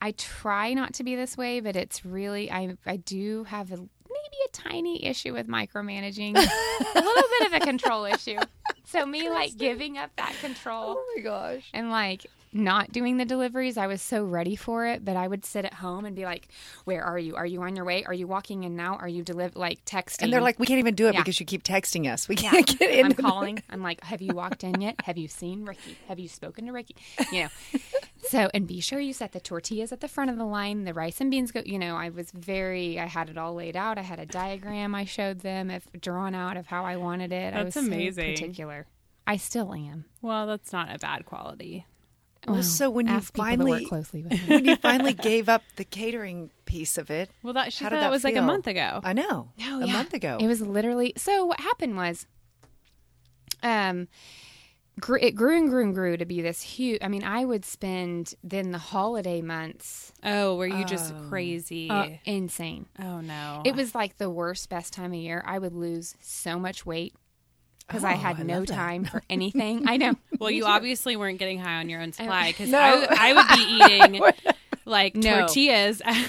I try not to be this way, but it's really I I do have a maybe a tiny issue with micromanaging, a little bit of a control issue. So me like giving up that control
Oh my gosh!
and like not doing the deliveries. I was so ready for it, but I would sit at home and be like, "Where are you? Are you on your way? Are you walking in now? Are you deliver like texting?"
And they're like, we can't even do it
Mm-hmm. Yeah.
because you keep texting us. We can't get in.
"I'm calling." I'm like, "Have you walked in yet? Have you seen Ricky? Have you spoken to Ricky?" You know. So, and be sure you set the tortillas at the front of the line. The rice and beans go. You know, I was very. I had it all laid out. I had a diagram I showed them, if drawn out of how I wanted it. I was
That's
so
amazing.
particular. I still am.
Well, that's not a bad quality.
Well, so when you
Ask people to
finally
work closely with me.
when you finally gave up the catering piece of it,
Well, that she
how
said
did
that, was like a
feel?
month ago.
I know.
No,
a
yeah.
month ago.
It was literally so. What happened was, um, gr- it grew and grew and grew to be this huge. I mean, I would spend then the holiday months
oh, were you just crazy?
Uh, insane.
oh no,
It was like the worst, best time of year. I would lose so much weight because I had no time for anything. I know.
Well, you obviously weren't getting high on your
Oh.
own supply because I, I would be eating like
No.
tortillas, and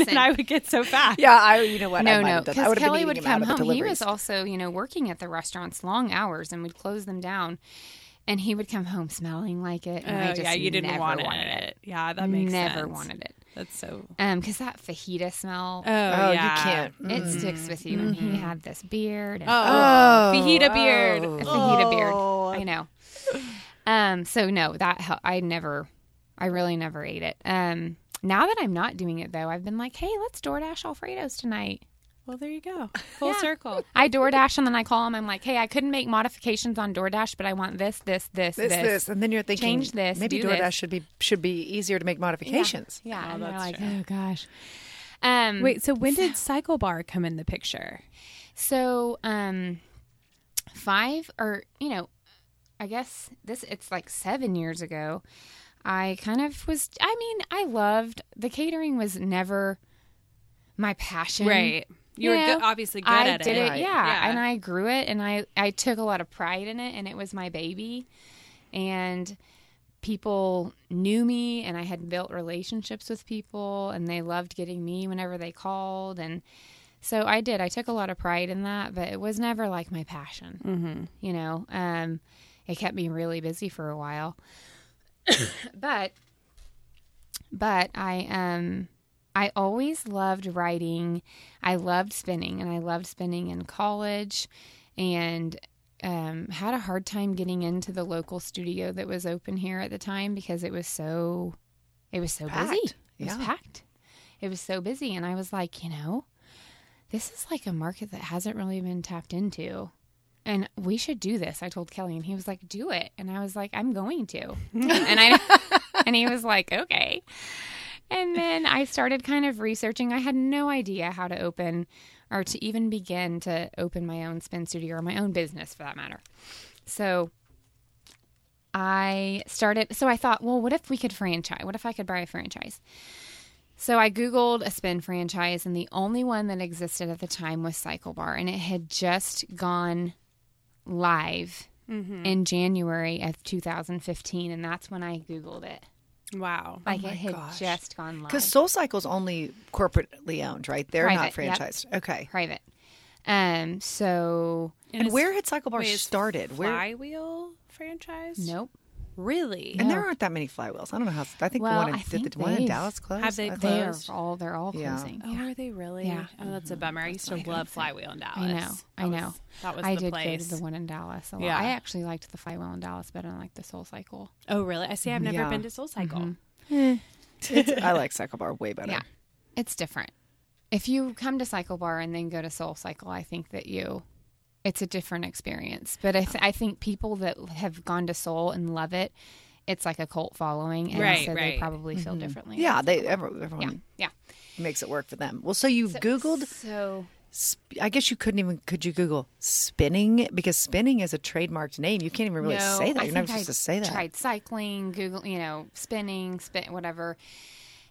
then I would get so fat.
yeah, I. You know what? I
No,
might
no,
have done that. I would
because
have been
Kelly
eating
would
him out
come
of the
home. He was
deliveries.
also, you know, working at the restaurants long hours and would close them down. And he would come home smelling like it. And I
Oh,
just
yeah, you didn't
never
want it.
wanted
Yeah, that makes
never
sense.
wanted it.
That's so.
Um, because that fajita smell,
Oh,
Oh,
yeah.
you can't. Mm.
it sticks with you. And he had this beard, and
Oh, fajita beard.
a fajita beard. I know. Um, so no, that hel- I never, I really never ate it. Um, now that I'm not doing it though, I've been like, hey, let's DoorDash Alfredos tonight.
Well, there you go. Full circle.
I DoorDash and then I call them. I'm like, hey, I couldn't make modifications on DoorDash, but I want this, this, this, this.
This, this, and then you're thinking
Change this,
Maybe
do
DoorDash
this.
should be should be easier to make modifications.
Yeah.
Oh,
and
that's
you're like,
true.
oh gosh. Um,
Wait, so when did Cycle Bar come in the picture?
So, um, five or you know, I guess this it's like seven years ago. I kind of was. I mean, I loved the catering was never my passion,
You were
know?
good, obviously good
I
at
did it,
Right.
yeah.
Yeah.
And I grew it, and I I took a lot of pride in it, and it was my baby, and people knew me, and I had built relationships with people, and they loved getting me whenever they called, and so I did. I took a lot of pride in that, but it was never like my passion, mm-hmm. you know. Um, it kept me really busy for a while, but but I um I always loved writing. I loved spinning and I loved spinning in college and um, had a hard time getting into the local studio that was open here at the time because it was so it was so busy.
Packed.
It was
Yeah.
packed. It was so busy and I was like, you know, this is like a market that hasn't really been tapped into. And we should do this. I told Kelly, and he was like, "Do it." And I was like, "I'm going to." and I, and he was like, "Okay." And then I started kind of researching. I had no idea how to open or to even begin to open my own spin studio or my own business for that matter. So I started, so I thought, well, what if we could franchise? What if I could buy a franchise? So I Googled a spin franchise, and the only one that existed at the time was Cycle Bar, and it had just gone live in January of 2015. And that's when I Googled it.
Wow.
Like it had
gosh.
just gone live.
Because Soul Cycle's only corporately owned, right? They're
Private,
not
yep.
franchised. Okay.
private. Um, so
And,
it's-
where had Cycle Bar
wait, it's
started? Where?
Flywheel franchise?
nope.
Really?
And there aren't that many flywheels. I don't know how. I think
Well,
the one in,
I
did
think
the one in
they've-
Dallas close.
Have they
I thought-
They are
Closed?
all they're all
Yeah.
closing.
Oh, were they really?
Yeah. Mm-hmm.
Oh, that's a bummer. I used to love Flywheel in Dallas.
I know.
That
I know.
was- that was
I
the
did
place.
go to the one in Dallas a lot.
Yeah.
I actually liked the flywheel in Dallas better than I liked the Soul Cycle.
Oh, really? I see. I've never
Yeah.
been to Soul Cycle.
Mm-hmm.
I like Cycle Bar way better.
Yeah. It's different. If you come to Cycle Bar and then go to Soul Cycle, I think that you it's a different experience. But I, th- I think people that have gone to Soul and love it, it's like a cult following, and
Right,
so
right.
they probably feel differently.
Mm-hmm. Yeah, they every-
yeah,
everyone
yeah.
makes it work for them. Well, so you googled.
So
sp- I guess you couldn't even. Could you Google spinning because spinning is a trademarked name. You can't even really
No,
say that.
I
You're not
think I
supposed to say that.
Tried cycling, Google, you know, spinning, spin, whatever,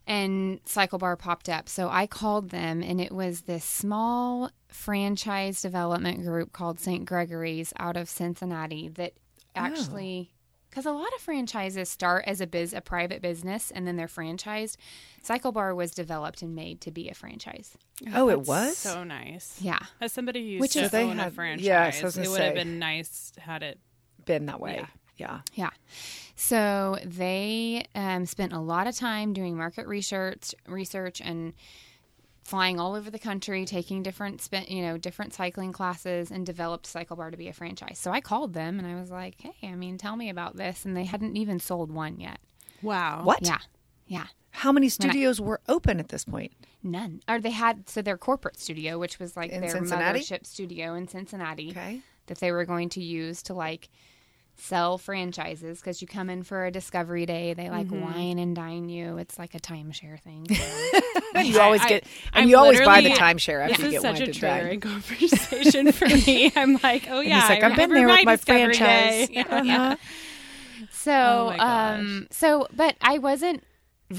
and Cycle Bar popped up. So I called them, and it was this small franchise development group called St. Gregory's out of Cincinnati that
Oh.
actually. Because a lot of franchises start as a biz, a private business, and then they're franchised. Cycle Bar was developed and made to be a franchise.
oh, it
That's
was.
so nice.
Yeah,
As somebody who used
Which
to
is-
They
own a
had-
franchise,
yes, I was
it
gonna
would have
say.
been nice had it.
Been that way. yeah.
Yeah. So they um, spent a lot of time doing market research, research, and flying all over the country, taking different spent you know different cycling classes, and developed Cycle Bar to be a franchise. So I called them and I was like, "Hey, I mean, tell me about this." And they hadn't even sold one yet.
Wow.
What?
Yeah, yeah,
How many studios were open at this point?
none. Or they had so their corporate studio, which was like
In
their
Cincinnati?
mothership studio in Cincinnati
Okay.
that they were going to use to like sell franchises because you come in for a discovery day they
Mm-hmm.
like wine and dine you it's like a timeshare thing
Oh
you always
I-
get, and
I'm
you always buy the
literally-
timeshare after
This
you get
is such a
one.
triggering conversation for me. I'm like, oh yeah,
he's like,
I
"I've been
remember
there with my
Discovery
franchise."
Day. Yeah, yeah. Oh
so
my gosh.
um so but i wasn't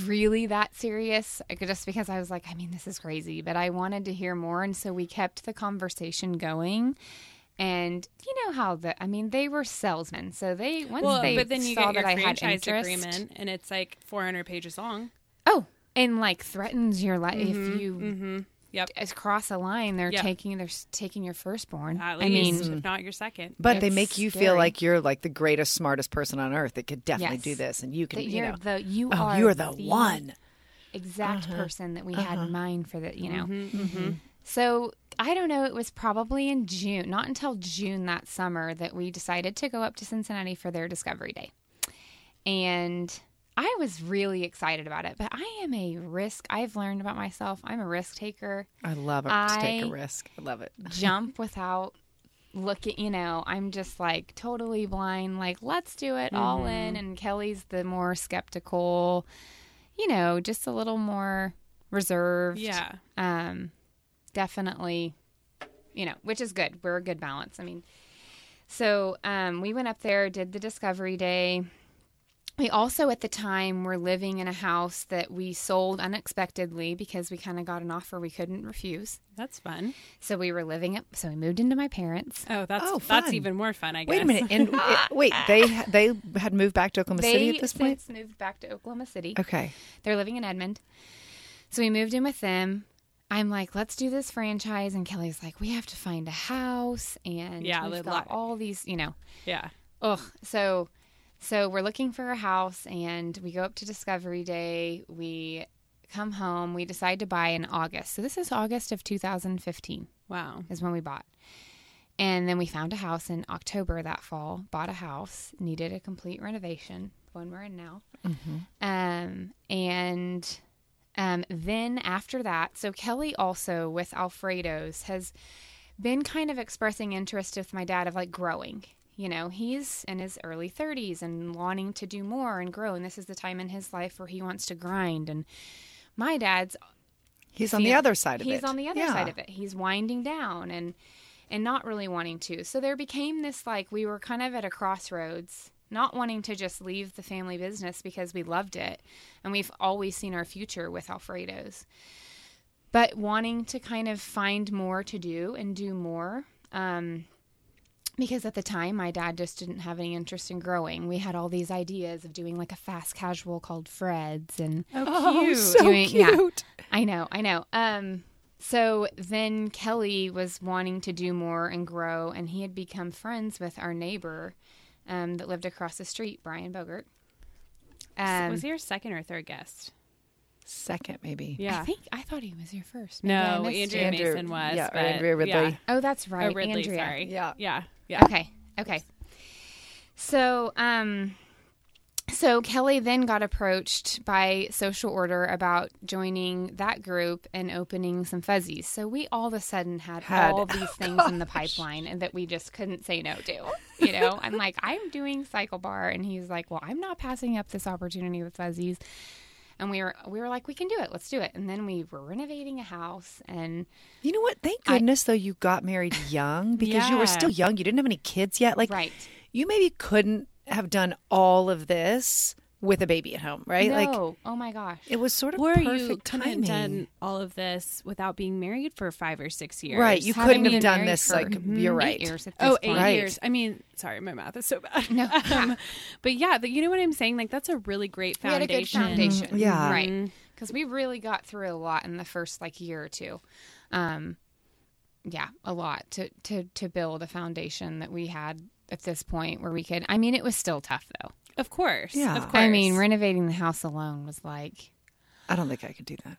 really that serious I could- just because i was like i mean this is crazy but i wanted to hear more and so we kept the conversation going and you know how the i mean they were salesmen so they once
Well,
they
but then you
saw
get your
that i had
franchise
interest
agreement, and it's like 400 pages long.
oh and like threatens your life if you
Mm-hmm, Yep.
as cross a line, they're
Yeah.
taking they're s- taking your firstborn.
At
I mean,
least, if not your second.
But they make
It's
you feel
scary.
like you're like the greatest, smartest person on earth that could definitely
Yes.
do this, and you can,
that
you
you're
know,
the you
oh,
are
you're the, one. Uh-huh.
exact person that we had in mind for the you know.
Mm-hmm,
Mm-hmm.
So I don't know. It was probably in June, not until June that summer, that we decided to go up to Cincinnati for their Discovery Day, and I was really excited about it, but I am a risk. I've learned about myself. I'm a risk taker.
I love it. to take a
I-
risk. I love it.
Jump without looking, you know, I'm just like totally blind, like, let's do it all in. And Kelly's the more skeptical, you know, just a little more reserved.
Yeah.
Um, definitely, you know, which is good. We're a good balance. I mean, so um, we went up there, did the discovery day. We also, at the time, were living in a house that we sold unexpectedly because we kind of got an offer we couldn't refuse.
That's fun.
So we were living up. So we moved into my parents.
Oh, that's
Oh,
that's
fun.
even more fun. I guess.
Wait a minute. And it- wait, they they had moved back to Oklahoma City at this point.
since moved back to Oklahoma City.
Okay.
They're living in Edmond. So we moved in with them. I'm like, let's do this franchise. And Kelly's like, we have to find a house. And
Yeah,
we've
the
got
lot-
all these, you know.
Yeah.
Ugh. So, so we're looking for a house, and we go up to Discovery Day. We come home. We decide to buy in August. So this is August of 2015
Wow.
is when we bought. And then we found a house in October that fall, bought a house, needed a complete renovation, the one we're in now. Um, and um, then after that, so Kelly also with Alfredo's has been kind of expressing interest with my dad of like growing. You know, he's in his early 30s and wanting to do more and grow. And this is the time in his life where he wants to grind. And my dad's
He's on the
feel-
other side of it.
He's on the other
Yeah.
side of it. He's winding down and and not really wanting to. So there became this like we were kind of at a crossroads, not wanting to just leave the family business because we loved it and we've always seen our future with Alfredo's. But wanting to kind of find more to do and do more. Um because at the time my dad just didn't have any interest in growing. We had all these ideas of doing like a fast casual called Fred's and
Oh, cute.
So
doing- yeah.
cute.
I know, I know. Um, so then Kelly was wanting to do more and grow, and he had become friends with our neighbor um, that lived across the street, Brian Bogert. Um,
was he your second or third guest?
Second, maybe.
Yeah.
I think I thought he was your first. Maybe I
no,
missed
Andrea
it.
Andrew-
Mason was.
yeah, or
but,
Andrea Ridley.
Yeah.
Oh, that's right,
Oh, Ridley.
Andrea.
Sorry.
Yeah.
Yeah. Yeah.
Okay. Okay. So, um, so Kelly then got approached by Social Order about joining that group and opening some fuzzies. So we all of a sudden had,
Had- oh
all these things in the pipeline and that we just couldn't say no to. You know, I'm like, I'm doing Cycle Bar, and he's like, Well, I'm not passing up this opportunity with fuzzies. And we were we were like, we can do it, let's do it. And then we were renovating a house, and
You know what? Thank goodness, though, you got married young because you were
Yeah.
still young. You didn't have any kids yet. Like,
Right.
you maybe couldn't have done all of this with a baby at home, right? Like,
no, oh my gosh,
it was sort of
Were you
perfect
couldn't
timing.
have done all of this without being married for five or six years?
Right. You
Having
couldn't have
been
done
married
this.
for,
Like,
mhm,
you're
eight
right.
years at
Oh,
this
eight
point.
Right.
years. I mean, sorry, my math is so bad.
No.
um, but yeah, the, you know what I'm saying? Like, that's a really great
we had a
foundation.
good foundation.
Mhm. Yeah.
Right. Because we really got through a lot in the first like year or two. Um, yeah, a lot to, to, to build a foundation that we had at this point where we could. I mean, it was still tough though.
Of course.
Yeah.
Of course.
I mean, renovating the house alone was like,
I don't think I could do that.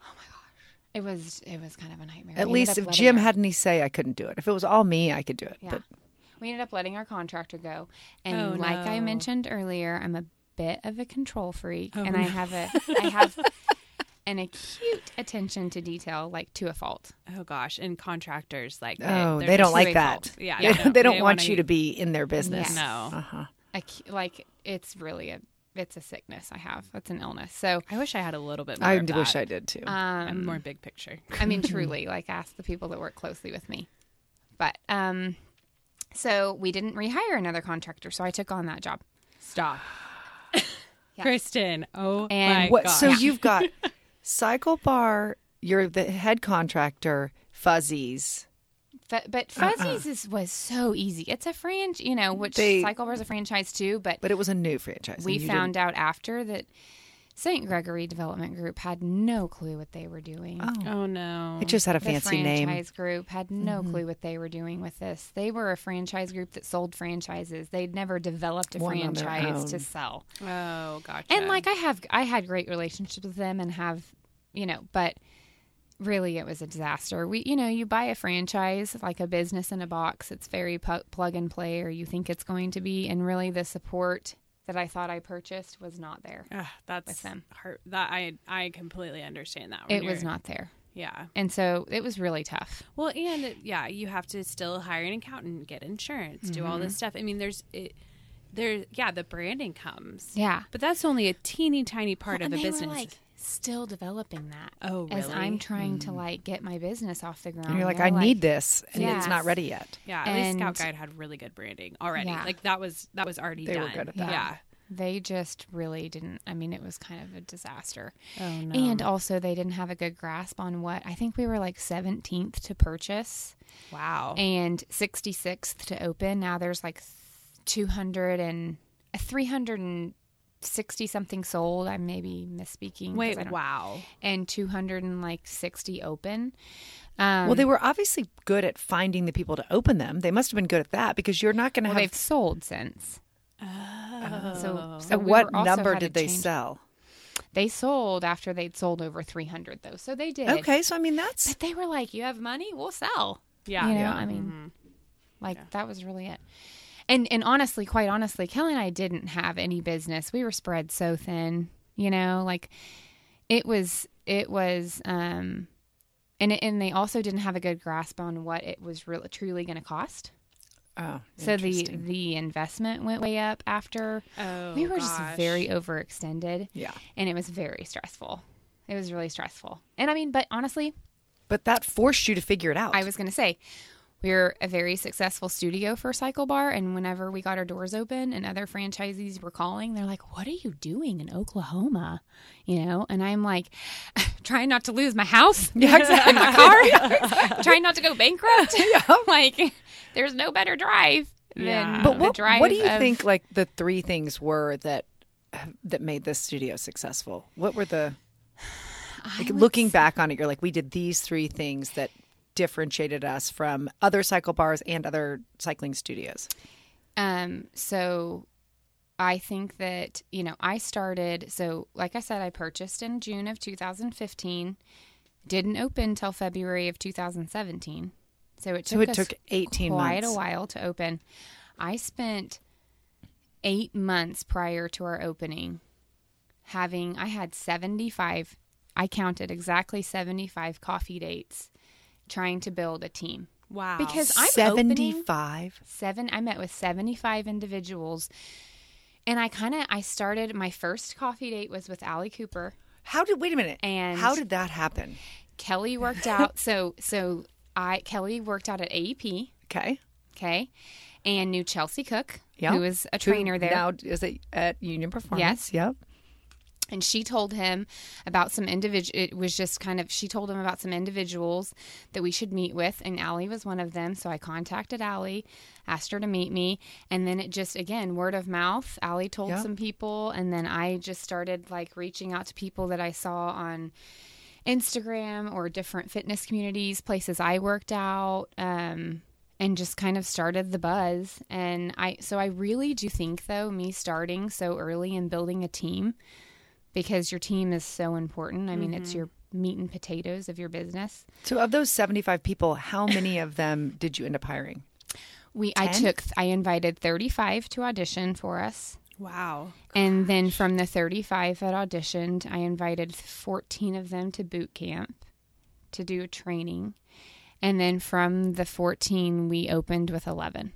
it was, it was kind of a nightmare.
At
We ended
least
up
if
letting
Jim
our-
had any say, I couldn't do it. If it was all me, I could do it.
Yeah.
But
we ended up letting our contractor go. And
Oh,
like I
no. Oh,
mentioned earlier, I'm a bit of a control freak and I have a I have an acute attention to detail, like to a fault.
oh gosh, and contractors like they,
oh,
they're
they don't
just-
like
they
that.
fault.
Yeah,
they,
no,
they don't
they
want
wanna-
you to be in their business.
Yes.
No.
Uh-huh.
Acu- like it's really a it's a sickness I have. It's an illness. So
I wish I had a little bit more.
I
of
wish
that.
I did too.
um,
I'm more big picture.
I mean, truly, like ask the people that work closely with me. But um, so we didn't rehire another contractor, so I took on that job.
Stop.
Yeah.
Kristen, oh
And
my
what?
gosh.
So you've got Cycle Bar. You're the head contractor. Fuzzies.
F- but
Uh-uh.
Fuzzies is, was so easy. It's a franchise, you know, which
They-
Cycle was a franchise too. But
But it was a new franchise. and
we
you didn't-
found out after that St. Gregory Development Group had no clue what they were doing.
oh no.
it just had a
the
fancy name. Mm-hmm.
franchise group had no clue what they were doing with this. They were a franchise group that sold franchises. They'd never developed a
One on their
franchise
own.
to sell.
oh gotcha.
And like I have I had great relationships with them and have, you know, but really it was a disaster. We you know, you buy a franchise like a business in a box. It's very pu- plug and play or you think it's going to be and really the support that I thought I purchased was not there.
Ugh, that's
them.
heart. That I I completely understand that. when
It was
you're-
not there.
Yeah.
And so it was really tough.
Well, and it- yeah, you have to still hire an accountant, get insurance, do
Mm-hmm.
all this stuff. I mean, there's it, there. Yeah, the branding comes.
Yeah.
but that's only a teeny tiny part
Well,
of the
and they were,
business.
like still developing that.
Oh,
As I'm
really? Hmm.
trying to like get my business off the ground.
And you're like,
they're
I need this, and it's
Yes.
not ready yet.
yeah, at least Scout
and-
Guide had really good branding already.
Yeah.
Like that was that was already
They
done.
were good at that.
Yeah.
They just really didn't. I mean, it was kind of a disaster.
Oh no.
And also, they didn't have a good grasp on what I think we were like 17th to purchase
wow.
and 66th to open. Now there's like 200 and uh, 360 something sold. I may be misspeaking. 'cause I
Wait,
don't-
wow.
And 260 open. Um,
Well, they were obviously good at finding the people to open them. They must have been good at that because you're not going to
well,
have.
they've sold since. Oh. So, so
At
we
what
were also
number
had to
did they
change-
sell?
They sold after they'd sold over 300 though. So they did.
Okay, so I mean that's
But they were like, "You have money, we'll sell."
Yeah.
you know,
yeah. Mm-hmm.
I mean, like that was really it. And and honestly, quite honestly, Kelly and I didn't have any business. We were spread so thin, you know, like it was it was um and it, and they also didn't have a good grasp on what it was really truly going to cost.
oh,
So the
interesting.
the investment went way up after
Oh,
we were
gosh.
just very overextended.
Yeah.
And it was very stressful. It was really stressful. And I mean, but honestly,
but that forced you to figure it out.
I was going to say, we were a very successful studio for Cycle Bar, and whenever we got our doors open and other franchisees were calling, they're like, "What are you doing in Oklahoma?" You know, and I'm like, trying not to lose my house, yeah, and my car, trying not to go bankrupt. like, there's no better drive than
Yeah.
Ah. But what,
the drive.
what do you
of-
think? Like the three things were that that made this studio successful. What were the like, looking back on it? You're like, we did these three things that differentiated us from other cycle bars and other cycling studios.
Um, so I think that, you know, I started, so like I said, I purchased in June of 2015, didn't open till February of 2017. So it took,
So it
us
took 18
quite
months.
a while to open. I spent eight months prior to our opening having, I had 75, I counted exactly 75 coffee dates trying to build a team.
wow.
Because I'm opening-
75.
seven i met with 75 individuals and i kind of i started my first coffee date was with Allie cooper
How did wait a minute?
And-
how did that happen?
kelly worked out so so i kelly worked out at aep
Okay.
okay and knew chelsea cook
Yeah.
who was a
Who
trainer there
Now is it at Union Performance?
Yes.
Yep.
and she told him about some individual it was just kind of she told him about some individuals that we should meet with and Allie was one of them so I contacted Allie asked her to meet me and then it just again word of mouth Allie told
Yep.
some people and then I just started like reaching out to people that I saw on Instagram or different fitness communities places I worked out um and just kind of started the buzz and I so I really do think though me starting so early and building a team because your team is so important. I mean, it's
Mm-hmm.
your meat and potatoes of your business.
So of those 75 people, how many of them did you end up hiring?
We I took I invited 35 to audition for us.
wow.
And then from the 35 that auditioned, I invited 14 of them to boot camp to do a training. And then from the 14, we opened with 11.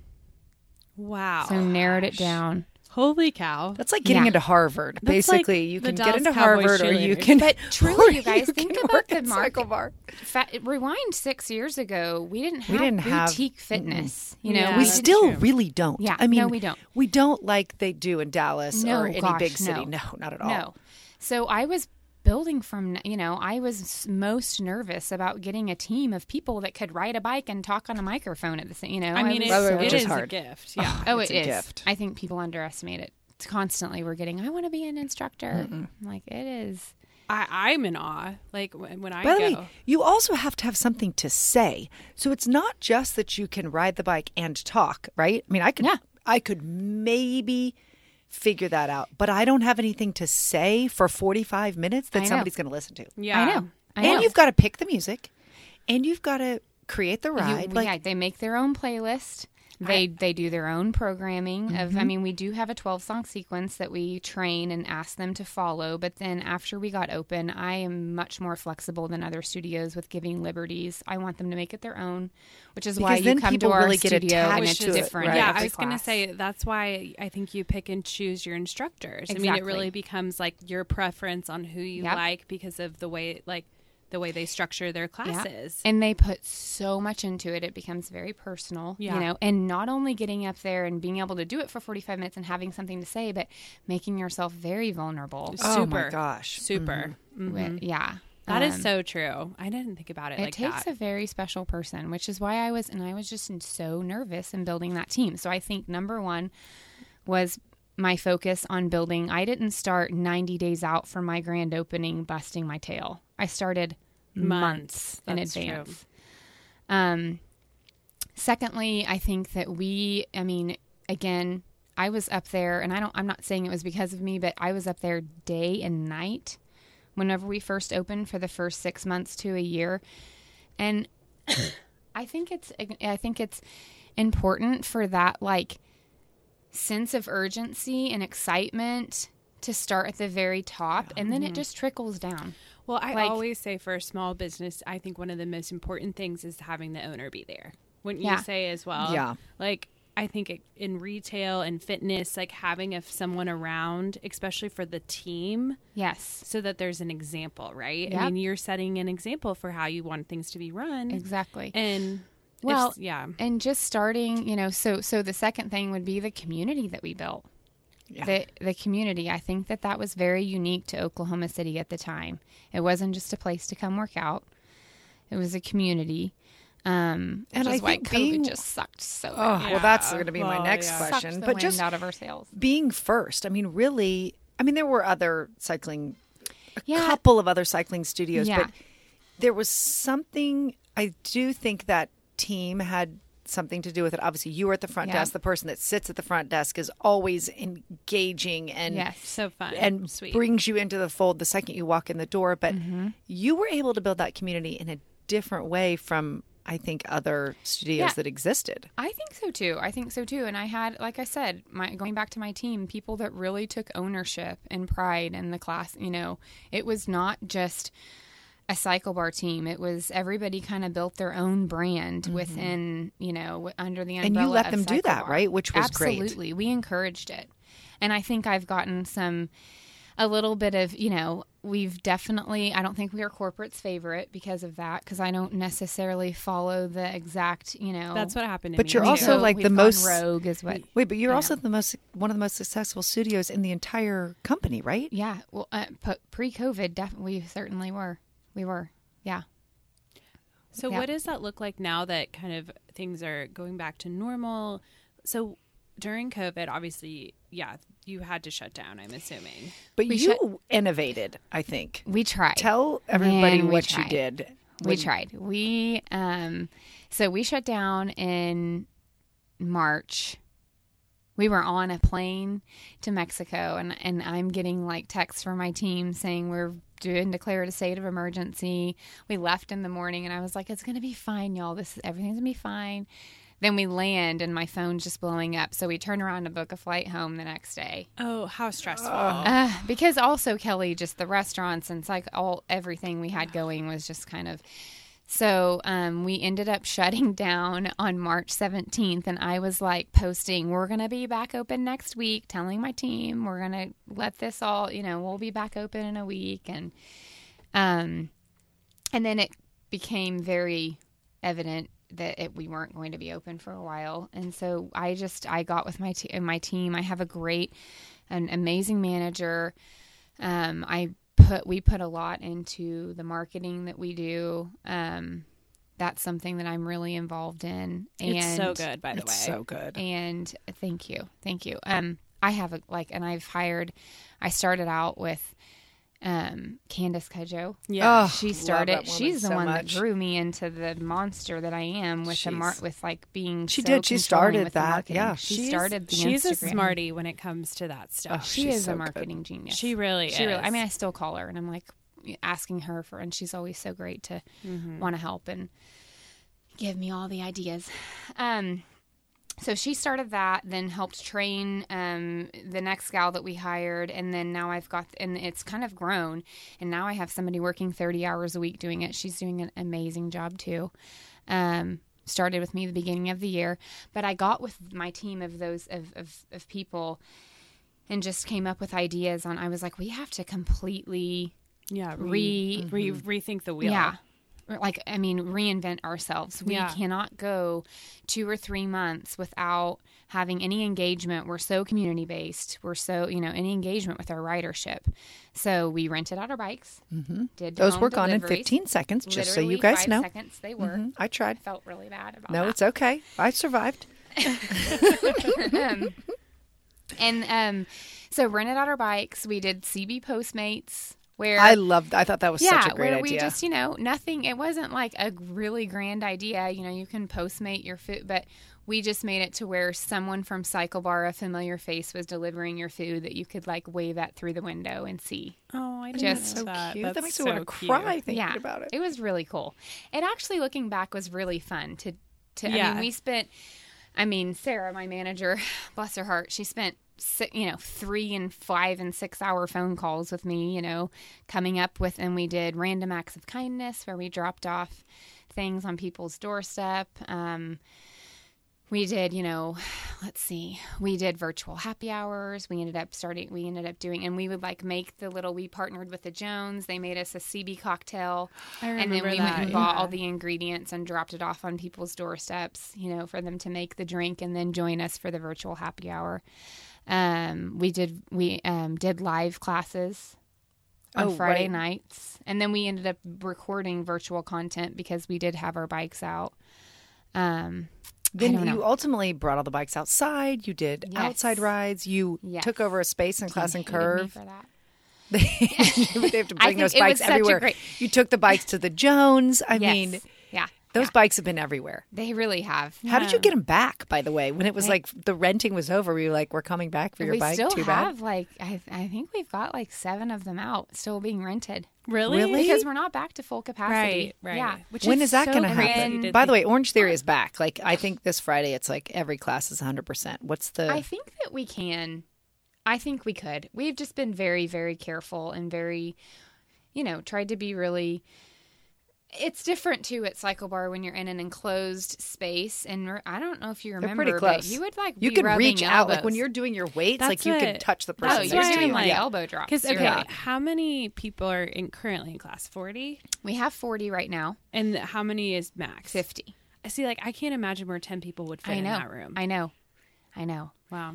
Wow.
So narrowed it down.
Holy cow.
That's like getting
Yeah.
into Harvard.
That's like
Basically, you
the
can get
Dallas
into
Cowboys
Harvard or you
cheerleaders.
can.
But
or
truly, you guys, think
can
about
work
the
at
market.
Cycle Bar.
Fa- rewind six years ago, we didn't have
We didn't have-
boutique fitness. You know,
Yeah,
we
that's
still
true.
really don't.
Yeah,
I mean,
no, we don't.
We don't like they do in Dallas
No,
or any
gosh,
big city. No.
no.
not at all.
No. So I was building from, you know, I was s- most nervous about getting a team of people that could ride a bike and talk on a microphone at the same, you know.
I mean,
Oh, was
it's,
Right, right,
it
which is
is a
hard.
gift. Yeah.
oh,
it's
it
a
is.
gift.
I think people underestimate it. It's constantly we're getting, I want to be an instructor. I'm like, it is.
I, I'm in awe. Like when, when I
By the
go.
way, you also have to have something to say. So it's not just that you can ride the bike and talk, right? I mean, I could,
Yeah.
I could maybe figure that out, but I don't have anything to say for forty-five minutes
I
that
know.
somebody's going to listen to.
yeah.
I know. I know.
and you've got to pick the music, and you've got to create the
You-
ride. like,
yeah, they make their own playlist. They they do their own programming of
Mm-hmm.
I mean we do have a 12 song sequence that we train and ask them to follow but then after we got open I am much more flexible than other studios with giving liberties I want them to make it their own which is why
Because then
you come to
people
our
really get
studio and
attached
it's
to it,
different
right?
Yeah,
every
I was going to
class.
say that's why I think you pick and choose your instructors. I mean, it
Exactly.
really becomes like your preference on who you
Yep.
like because of the way like the way they structure their
Yeah.
classes.
And they put so much into it, it becomes very personal.
Yeah.
You know, and not only getting up there and being able to do it for 45 minutes and having something to say, but making yourself very vulnerable.
Oh my gosh. Mm-hmm.
Super. Mm.
Wi- Yeah.
That is
Um,
so true. I didn't think about it,
It
like
takes
that.
a very special person, which is why I was, and I was just so nervous in building that team. So I think number one was my focus on building. I didn't start 90 days out from my grand opening busting my tail. I started months, in
That's true.
advance. Um, secondly, I think that we, I mean, again, I was up there and I don't, I'm not saying it was because of me, but I was up there day and night whenever we first opened for the first six months to a year. And I think it's, I think it's important for that, like, sense of urgency and excitement to start at the very top and then it just trickles down.
Well, I
Like-
always say for a small business, I think one of the most important things is having the owner be there. Wouldn't
Yeah.
you say as well?
Yeah.
Like I think it, in retail and fitness, like having if someone around, especially for the team,
Yes.
so that there's an example, right?
Yep.
I mean, you're setting an example for how you want things to be run.
Exactly.
And if-
Well,
yeah.
and just starting you know so so the second thing would be the community that we built
Yeah.
the the community i think that that was very unique to oklahoma city at the time it wasn't just a place to come work out it was a community um
And
and
I
which is why
think
covid
being-
just sucked so
Oh,
bad.
well, that's
Yeah.
going to be my
Well,
next
yeah.
question.
Sucked the
But
wind
just
out of our sails
being first, I mean, really, I mean, there were other cycling, a
Yeah.
couple of other cycling studios,
Yeah.
but there was something, I do think that team had something to do with it. Obviously, you were at the front
Yeah.
desk. The person that sits at the front desk is always engaging and.
yes
So fun.
And
sweet.
brings you into the fold the second you walk in the door. But
Mm-hmm.
you were able to build that community in a different way from, I think, other studios
Yeah.
that existed.
I think so too. I think so too. And I had, like I said, my going back to my team, people that really took ownership and pride in the class. You know, it was not just a cycle bar team. It was everybody kind of built their own brand within, you know, w- under the umbrella.
Mm-hmm. you let
of
them do
Cycle
that,
Bar.
right? Which was great.
absolutely. We encouraged it, and I think I've gotten some, a little bit of you know. We've definitely. I don't think we are corporate's favorite because of that. Because I don't necessarily follow the exact. You know,
That's what happened to
But
me.
you're
too.
also, like, the
we've gone
most-
rogue is what.
Wait, but you're also the most one of the most successful studios in the entire company, right?
Yeah. Well, uh, pre COVID, definitely, we certainly were. We were. Yeah.
So
Yeah.
what does that look like now that kind of things are going back to normal? So during COVID, obviously, yeah, you had to shut down, I'm assuming.
But
We
you innovated, I think.
We tried.
Tell everybody
Man, we
what you
tried.
did.
We tried. We, um, so we shut down in March. We were on a plane to Mexico, and, and I'm getting like texts from my team saying we're doing declared a state of emergency. We left in the morning, and I was like, it's going to be fine, y'all. This is everything's going to be fine. Then we land, and my phone's just blowing up. So we turn around to book a flight home the next day.
Oh, how stressful.
Uh, because also Kelly, just the restaurants and it's like all everything we had going was just kind of. So um, we ended up shutting down on March 17th, and I was like posting, "We're gonna be back open next week." Telling my team, "We're gonna let this all, you know, we'll be back open in a week," and um, and then it became very evident that it, we weren't going to be open for a while and so i just i got with my, te- my team i have a great an amazing manager um, i put we put a lot into the marketing that we do um, that's something that i'm really involved in and
it's so good, by the way.
It's so good.
and thank you. Thank you. Um, I have a, like, and I've hired, I started out with, um, Candace Kudjoe.
Yeah.
Oh,
she
love
started,
that woman
she's the
so
one
much.
that drew me into the monster that I am with the mar-
She's-
with like being,
She
so
did. She
controlling
started
with the
that.
marketing.
Yeah.
She
She's-
started the
She's a
Instagram.
smarty when it comes to that stuff.
She
She's
is
so
a
good.
marketing genius.
She really
She really,
is.
I mean, I still call her and I'm like asking her for, and she's always so great to
Mm-hmm.
want to help and give me all the ideas. Um, so she started that, then helped train um, the next gal that we hired, and then now I've got, and it's kind of grown, and now I have somebody working thirty hours a week doing it. She's doing an amazing job too. Um, started with me the beginning of the year, but I got with my team of those of of, of people, and just came up with ideas on. I was like, we have to completely
Yeah.
re mm-hmm.
re- rethink the wheel.
yeah. Or, Like, I mean, reinvent ourselves. We
Yeah.
cannot go two or three months without having any engagement. We're so community based. We're so, you know, any engagement with our ridership. So we rented out our bikes. Mm-hmm. Did
Those
home
were gone in
deliveries.
15 seconds, just so
Literally
you guys
five
know.
seconds they were.
Mhm. I tried.
I felt really bad about
No,
that.
it's okay. I survived.
and um, so rented out our bikes. We did CB Postmates. Where
I loved. I thought that was
yeah,
such a great
where
idea.
we just, you know, nothing. It wasn't like a really grand idea. You know, you can postmate your food, but we just made it to where someone from Cycle Bar, a familiar face, was delivering your food that you could like wave at through the window and see.
Oh, I didn't
Just
know
so
that.
Cute.
That's
that makes
so
me want to cry
cute.
thinking
yeah,
about it.
It was really cool. It actually, looking back, was really fun to. to I
Yeah.
mean, we spent. I mean, Sarah, my manager, bless her heart, she spent si- you know three and five and six hour phone calls with me. You know, coming up with, and we did random acts of kindness where we dropped off things on people's doorstep. Um, we did you know let's see we did virtual happy hours we ended up starting we ended up doing and we would like make the little we partnered with the jones they made us a cb cocktail
I
and then
remember
we went
that,
and bought
yeah.
all the ingredients and dropped it off on people's doorsteps you know for them to make the drink and then join us for the virtual happy hour um, we did we um, did live classes on
Oh,
friday
right.
nights and then we ended up recording virtual content because we did have our bikes out um,
then
don't
you
know.
ultimately brought all the bikes outside. You did
Yes.
outside rides. You
Yes.
took over a space in Class and
hated me
Curve.
for that.
they have to bring
think
those
it was
bikes
such a
everywhere.
great-
You took the bikes to the Jones. I mean,
Yes. yeah,
those bikes have been everywhere.
they really have.
How did you get them back? By the way, when it was like the renting was over, were you like, "We're coming back for your
we
bike"?
still
Too bad.
have like I, I think we've got like seven of them out still being rented
Really?
Really?
because we're not back to full capacity.
Right, right.
Yeah.
Which
when is that
so
going to
crazy
happen?
to
By the way,
think-
Orange Theory is back. Like I think this Friday, it's like every class is 100. percent What's the?
I think that we can. I think we could. We've just been very, very careful and very, you know, tried to be really. It's different too at Cycle Bar when you're in an enclosed space, and we're- I don't know if you
they're
remember,
pretty
but
close.
you would like
you
be
could
rubbing
reach out like
elbows.
when you're doing your weights, like
That's
you
it.
can touch the person
oh,
next
That's
you're
why
to
doing
you.
like
yeah.
elbow drops.
Because
You're
okay,
right.
how many people are in currently in class forty,
we have 40 right now,
and how many is max
50.
I see. Like I can't imagine where ten people would fit
I know.
in that room.
I know. I know.
wow,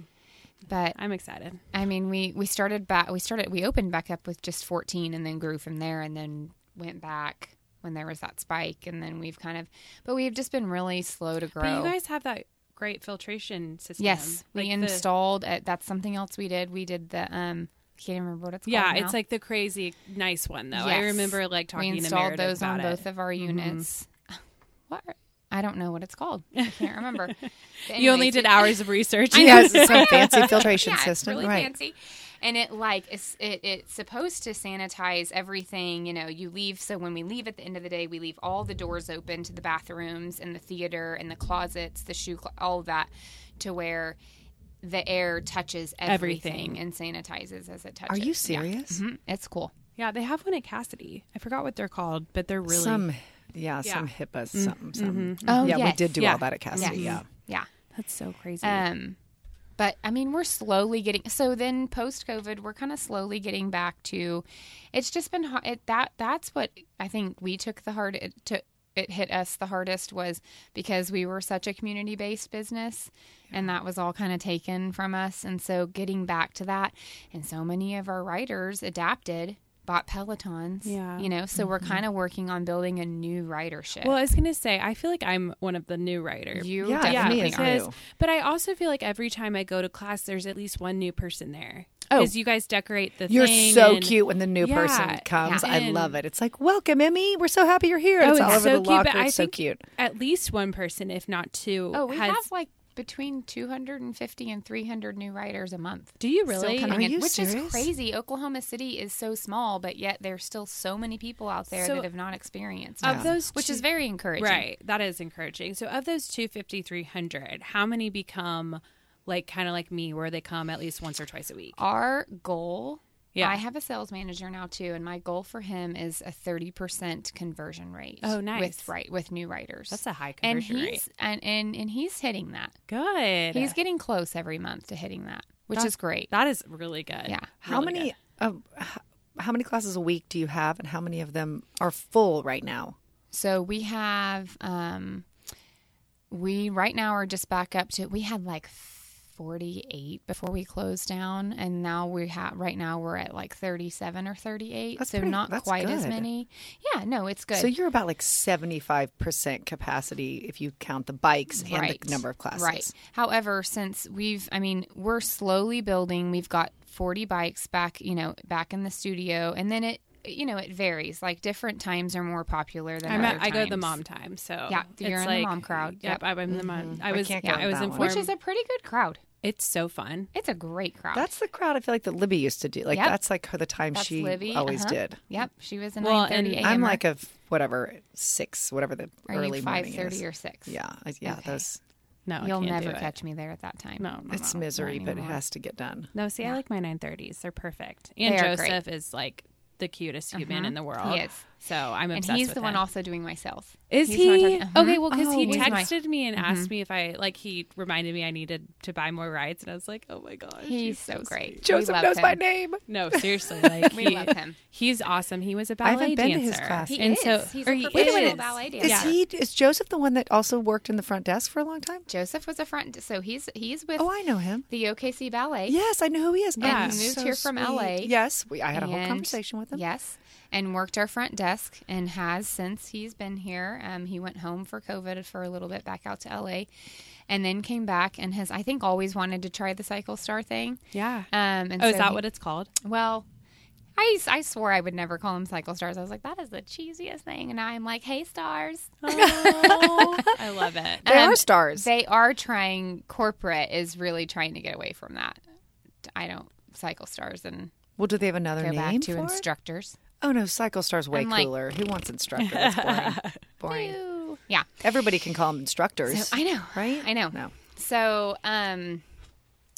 But
I'm excited.
I mean, we we started back. We started. We opened back up with just fourteen, and then grew from there, and then went back when there was that spike, and then we've kind of. But we've just been really slow to grow.
But you guys have that great filtration system.
yes, we
the-
installed. it. that's something else we did. We did the um. I can't even remember what it's
yeah,
called.
it's
now.
like the crazy nice one though. I
Yes.
remember like talking
we
to
installed
Meredith
those
about
on
it. Mm-hmm.
both of our units. What? are- I don't know what it's called. I can't remember. But
you only
anyways,
did hours of research.
Yeah, it's some fancy filtration
yeah,
system,
it's really
right?
fancy. And it like it's it, it's supposed to sanitize everything. You know, you leave. So when we leave at the end of the day, we leave all the doors open to the bathrooms and the theater and the closets, the shoe, clo- all of that, to where the air touches everything,
Everything.
and sanitizes as it
Are
touches.
you
Yeah.
serious?
Mhm. It's cool.
Yeah, they have one at Cassidy. I forgot what they're called, but they're really
Some, yeah,
Yeah.
some HIPAA, something, something.
Oh,
yeah, we
yes.
did do
Yeah.
all that at Cassidy.
Yes.
Yeah.
Yeah.
that's so crazy.
Um, but I mean, we're slowly getting. So then, post COVID, we're kind of slowly getting back to. It's just been har- it, that. That's what I think we took the hard. It took it hit us the hardest was because we were such a community based business and that was all kind of taken from us and so getting back to that and so many of our writers adapted bought pelotons
Yeah. Mm-hmm.
you know so we're kind of working on building a new ridership
well, I was gonna say, I feel like I'm one of the new writer.
you
Yeah,
yeah,
definitely
me as
are.
because,
too.
but I also feel like every time I go to class, there's at least one new person there.
Oh.
because you guys decorate the.
You're
thing
so
and-
cute when the new
Yeah,
person comes.
yeah.
I
And-
love it. It's like, welcome, Emmy. We're so happy you're here.
Oh,
it's
it's
all over
so
the
cute,
locker.
but I
It's so
think
cute.
At least one person, if not two,
Oh, we
has
have like between 250 and 300 new writers a month.
Do you
Still
really?
coming
Are
in,
you
which
serious?
is crazy. Oklahoma City is so small, but yet there's still so many people out there
So,
that have not experienced
of
it,
those
which is
two-
very encouraging.
Right. That is encouraging. So of those 250, 300, how many become like kind of like me where they come at least once or twice a week?
Our goal.
Yeah.
I have a sales manager now too, and my goal for him is a thirty percent conversion rate.
Oh, nice.
With right with new writers.
That's a high
and
conversion
he's
rate.
and, and and he's hitting that.
Good.
He's getting close every month to hitting that, which
That's-
is great.
That is really good.
Yeah.
How
Really
many
good.
um, h- how many classes a week do you have, and how many of them are full right now?
So we have, um, we right now are just back up to, we had like 48 before we closed down. And now we have, right now we're at like 37 or 38.
That's
so
pretty-
not
that's
quite as
good.
many. Yeah, no, it's good.
So you're about like seventy five percent capacity if you count the bikes and
Right.
the number of classes.
Right. However, since we've, I mean, we're slowly building. We've got 40 bikes back, you know, back in the studio, and then it, you know, it varies. Like different times are more popular than
I'm
other
at, I go to the
times.
mom time, so
Yeah, you're
it's
in the
like-
mom crowd.
Yep,
Yep. Mm-hmm.
I'm in the mom. I was,
can't go
yeah,
to
I was
that one.
informed.
which is a pretty good crowd.
it's so fun.
It's a great crowd.
That's the crowd I feel like that Libby used to do. Like
Yep.
that's like her the time
That's
she
Libby.
always
uh-huh.
did.
Yep, she was in
Well,
nine thirty
and
a.m.
I'm like a f- whatever six, whatever the
Are
early morning
you five
is.
thirty or six?
Yeah, I- yeah.
Okay.
Those
No, I
You'll
can't do
never
it.
catch me there at that time.
No, no,
it's
no, not
misery, but it
anymore.
has to get done.
No, see, I like my 930s. They're perfect. And
They are great. Uh-huh.
Joseph is like the cutest human in the world.
He is.
So I'm
and
obsessed
he's
with
the one
him.
also doing my sales.
Is
He's the one
he?
talking- Mhm.
Okay, well, because he
Oh, he's my- Mm-hmm.
texted me and asked me if I, like, he reminded me I needed to buy more rides. And I was like, oh my gosh.
He's so great. We
Joseph
love
knows
him.
my name.
No, seriously. Like,
We
he,
love him.
He's awesome. He was a
I
ballet
haven't been to his
dancer.
class.
He
and
is.
so,
He's
or
a
he
professional
is.
ballet
Is
dancer.
he? Is Joseph the one that also worked in the front desk for a long time?
Joseph was a front, so he's he's with
Oh, I know him.
the OKC Ballet.
Yes, I know who he is.
Yeah.
Oh,
He moved
so
here from
sweet.
LA.
Yes, we, I had a whole
and-
conversation with him.
Yes, and worked our front desk and has since he's been here. Um, he went home for COVID for a little bit back out to LA, and then came back and has I think always wanted to try the Cycle Star thing.
Yeah.
Um, and
Oh, is
so
that
he-
what it's called?
Well, I, I swore I would never call them cycle stars. I was like, that is the cheesiest thing. And now I'm like, hey, stars.
Oh, I love it.
They
Um,
are stars.
They are trying, corporate is really trying to get away from that. I don't cycle stars and
well, do they have another
go
name
back to
for it?
instructors.
Oh no, Cycle Star's way
I'm like-
cooler. Who wants instructor? That's boring. boring.
Yeah.
Everybody can call them instructors.
I know.
right?
I know.
No.
So, um,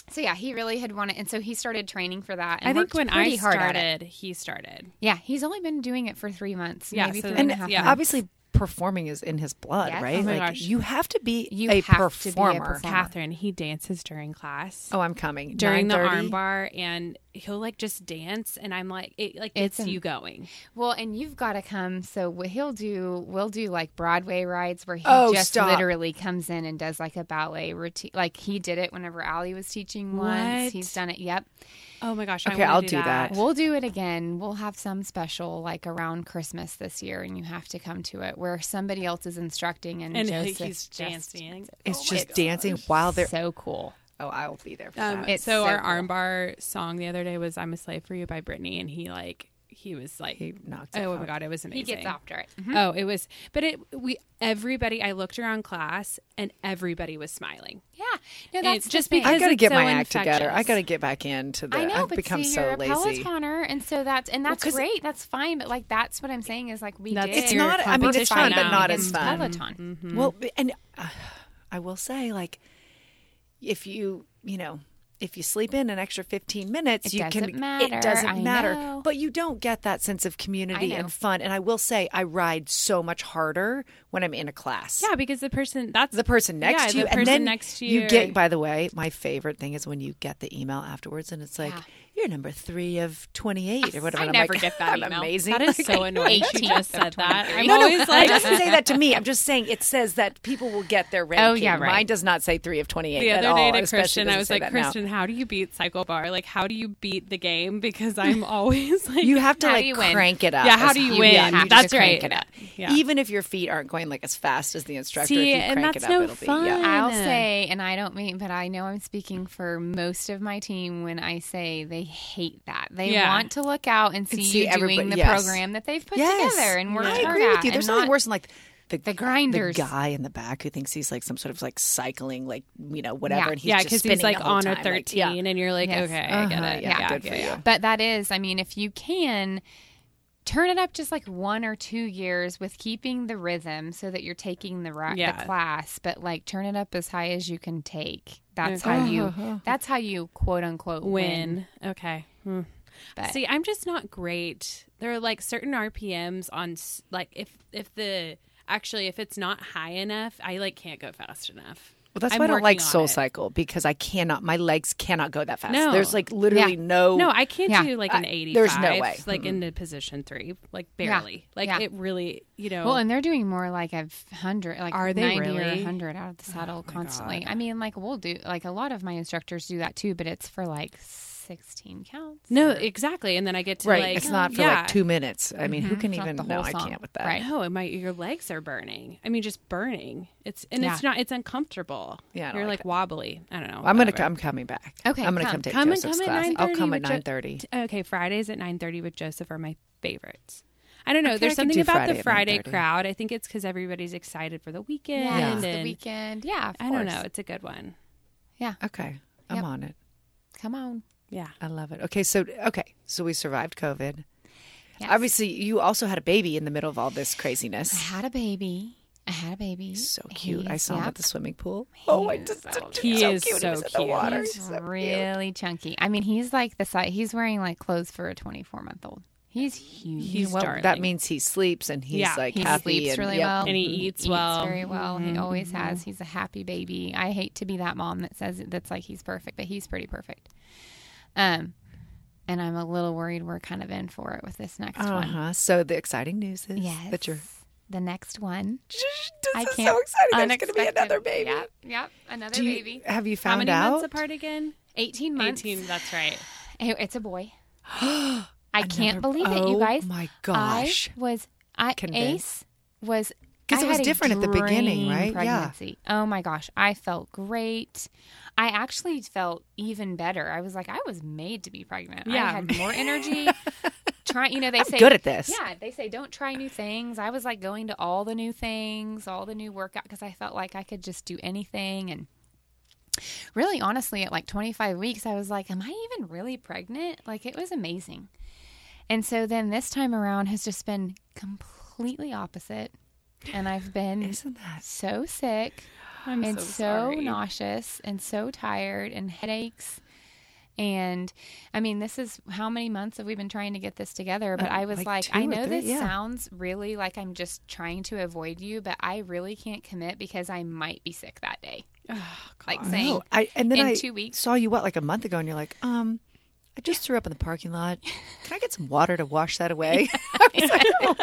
so yeah, he really had wanted, and so he started training for that. And
I think
worked
when I
pretty hard at it.
started, he started.
yeah, he's only been doing it for three months,
Yeah,
maybe
so
three
then
and a
it's-
half.
yeah.
months.
Obviously, performing is in his blood,
Yes.
right?
Oh
my
like
gosh.
you have to be
You
a,
have to be a
performer.
performer.
Catherine, he dances during class.
Oh, I'm coming
during the
9:30?
armbar and he'll like just dance and I'm like it like gets
It's
you going.
Well, and you've got to come. So wh- he'll do. We'll do like Broadway rides where he
Oh,
just
stop.
literally comes in and does like a ballet routine. Like he did it whenever Allie was teaching once.
What?
He's done it. Yep.
Oh my gosh,
Okay,
I wanna
I'll
do
do
that.
that.
We'll do it again. We'll have some special like around Christmas this year, and you have to come to it where somebody else is instructing and,
And
Joseph
he's
just-
dancing.
It's
Oh
just dancing while they're.
So cool.
Oh, I will be there. For
Um,
that.
It's
so,
so
our
cool.
armbar song the other day was "I'm a Slave for You" by Britney, and he like he was like,
He knocked it
oh my
out.
god, it was amazing.
He gets after it.
Oh, it was, but it we everybody I looked around class and everybody was smiling.
Yeah. No,
And
that's
it's
the
just
thing.
because
I got to
it's
get
so
my act together. I
infectious.
got to get back into the.
I know,
I've
but
become
see,
so
you're a
lazy.
Pelotoner, and so that's and that's
'cause-
great. That's fine, but like that's what I'm saying is like we
That's
did.
It's
your
not. I mean, it's
competition
fun, but
now.
not
It's
as fun. Mm-hmm.
Peloton.
Well, and uh, I will say, like, if you, you know, if you sleep in an extra 15 minutes,
It
you
doesn't
can,
matter.
it doesn't
I
matter.
know.
But you don't get that sense of community
I know.
and fun. And I will say, I ride so much harder when I'm in a class.
Yeah, because the person that's
The person next
yeah,
to you,
the
and
person
then
next to
you,
you,
get. By the way, my favorite thing is when you get the email afterwards, and it's like
Yeah.
you're number three of twenty-eight or whatever.
I
and I'm
never
like,
get that
I'm
email.
amazing.
That is so annoying. She
18
just
of
said that.
23.
I'm
No, no,
always like,
it doesn't say that to me. I'm just saying it says that people will get their ranking.
Oh, yeah, right.
Mine does not say three of twenty-eight.
the
at
other day
all,
to
especially
Christian, I
doesn't
was
say
like,
that now.
Christian, how do you beat Cycle Bar? Like, how do you beat the game? Because I'm always like,
you have to
How do
like
you win?
crank it up.
yeah, how
as
do you
high-
win?
have to
That's right.
crank it up.
Yeah.
Even if your feet aren't going like as fast as the instructor,
See,
if you
and
crank it
that's
up,
no
it'll
fun.
be. Yeah.
I'll
Anna.
say, and I don't mean, but I know I'm speaking for most of my team when I say they hate that. They
Yeah.
want to look out and see,
see
you doing
everybody-
the
yes.
program that they've put
Yes.
together and worked
I
hard
agree
at.
with you. There's
and
nothing
not-
worse than like
The grinders.
the guy in the back who thinks he's like some sort of like cycling, like you know whatever,
Yeah.
and he's
yeah,
because
because he's like on
time.
a
Like,
13
yeah.
and you're like,
Yes.
okay, I get
Uh-huh,
it.
yeah, good for you.
But that is, I mean, if you can turn it up just like one or two years with keeping the rhythm so that you're taking the, ri-
Yeah.
the class, but like turn it up as high as you can take. That's how you that's how you quote unquote win.
Uh-huh. Win. Okay. Hmm.
But-
See, I'm just not great. There are like certain RPMs on s- like if if the actually if it's not high enough, I like can't go fast enough.
Well, that's
I'm
why I don't
working
like
on
Soul
it.
Cycle because I cannot. My legs cannot go that fast.
No.
There's like literally
Yeah.
no.
No, I can't
Yeah.
do like an
I-
85.
Uh, there's no way.
Like in the position three, like barely. Like
Yeah.
it really, you know.
Well, and they're doing more like a hundred, like
Are they
90
really? Oh
or hundred out of the saddle constantly. I mean, like we'll do like a lot of my instructors do that too, but it's for like sixteen counts.
no, exactly. And then I get to
right.
like,
it's not for
yeah. Mm-hmm.
like two minutes. I mean, who can
not
even?
the
No,
whole
I
song.
can't with that.
Right.
No, and my your legs are burning. I mean, just burning. It's and it's
Yeah.
not. It's uncomfortable.
Yeah, I don't
you're
like
like, wobbly. I don't know.
I'm gonna.
whatever.
I'm coming back.
Okay,
I'm gonna
come.
come, take
Come and
Joseph's
come at
class. I'll
9:30
come at
with Jo-
nine thirty.
Okay, Fridays at 9:30 with Joseph are my favorites. I don't know.
Okay, I
There's
could
something
do
about
Friday
the
at
Friday
9:30.
crowd. I think it's because everybody's excited for the weekend.
yeah, it's the
and-
weekend. Yeah, of
I don't
course.
know. It's a good one.
Yeah,
Okay, I'm
Yep.
on it.
come on.
Yeah.
I love it. Okay, so okay, so we survived COVID.
Yes.
Obviously, you also had a baby in the middle of all this
I
craziness.
had a baby. I had a baby.
So cute. I
He's-
saw him
yep.
at the swimming pool. Oh, I just
He
so
is
cute.
so
he was in the
cute.
water.
He's
He's so cute.
really chunky. I mean, he's like the size. He's wearing like clothes for a 24 month old. He's huge.
He's darling.
That means he sleeps and he's
Yeah,
like
he
happy
sleeps
and,
really
yep.
well,
And he eats well. Mm-hmm.
very well. He always has. He's a happy baby. I hate to be that mom that says that's like he's perfect, but he's pretty perfect. Um, and I'm a little worried we're kind of in for it with this next
Uh
one.
huh. So the exciting news is
Yes,
that you're.
the next one.
This
I
is
can't.
so exciting. There's going to be
unexpected.
another baby.
Yep, yep, another
Do you-
baby.
Have you
How
found
many
out?
months apart again?
18 months.
18. That's right.
Hey, It's a boy. I can't believe it, you
oh
guys.
my gosh.
I was I
Convinced.
Ace was
'Cause
I
it was
had a
different at the beginning,
dream
right? Yeah.
Pregnancy. Oh my gosh, I felt great. I actually felt even better. I was like, I was made to be pregnant. I
Yeah.
had more energy. Try, you know, they say
good at this.
Yeah, they say don't try new things. I was like going to all the new things, all the new workout because I felt like I could just do anything and really honestly at like 25 weeks i was like am i even really pregnant like it was amazing and so then this time around has just been completely opposite and i've been
Isn't that
so sick
I'm
and
so
so,
sorry.
nauseous and so tired and headaches and i mean this is how many months have we been trying to get this together but
Uh,
i was
like
like,
two
i
or
know
three,
this
yeah.
sounds really like i'm just trying to avoid you but i really can't commit because i might be sick that day like saying
No, I and then
in
I
two weeks.
saw you what like a month ago, and you're like, um, I just threw up in the parking lot. Can I get some water to wash that away? I was like, oh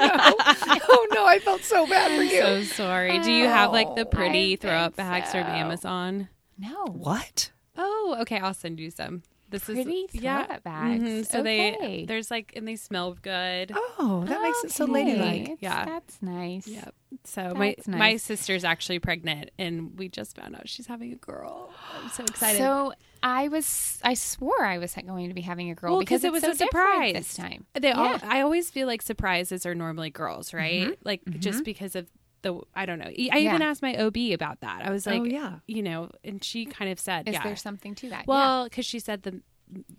no, oh no, I felt so bad for you.
So sorry. Do you have like the
Oh,
pretty
I
throw up
think
bags from
so.
Amazon?
No.
what?
Oh, okay. I'll send you some. This
Pretty
is yeah.
throw-up bags.
Mhm. So
Okay.
they there's like and they smell good.
Oh, that makes it so ladylike.
It's-
Yeah.
That's nice.
Yep. So my
That's
my
nice.
sister's actually pregnant, and we just found out she's having a girl. I'm so excited.
So I was, I swore I was going to be having a girl
well,
because
because it was
it's
a
so different
surprise
this time.
They all.
Yeah. Mm-hmm.
I always feel like surprises are normally girls, right? Like just because of the. I don't know. E, I even asked my OB about that. I was like,
yeah.
you know, and she kind of said,
Oh, Is
yeah.
there something to that? Yeah.
Well, because she said the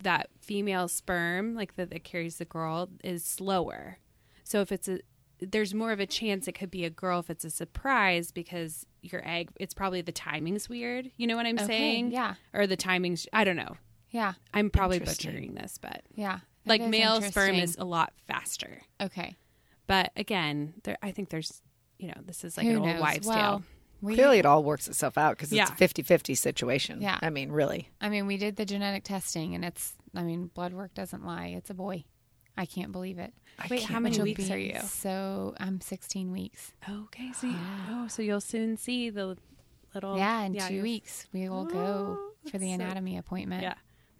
that female sperm, like that that carries the girl, is slower. So if it's a there's more of a chance it could be a girl if it's a surprise because your egg it's probably the timing's weird you know what i'm saying
yeah.
or the timing's i don't know
yeah,
i'm probably
Interesting.
butchering this but
yeah. That
like
is
male sperm
interesting.
is a lot faster
okay.
but again there i think there's you know this is like an
Who
old
knows?
wives
well,
tale
we-
Clearly, it all works itself out because
Yeah.
it's a 50 50 situation.
Yeah.
I mean, really.
I mean, we did the genetic testing, and it's, I mean, blood work doesn't lie. It's a boy. I can't believe it.
I
wait
can't
how many
It'll
weeks
be
are you
So I'm 16 weeks.
okay so you, oh so you'll soon see the little
yeah, in two
Oh, you're-
weeks we will go
Oh,
for the
that's so-
anatomy appointment.
yeah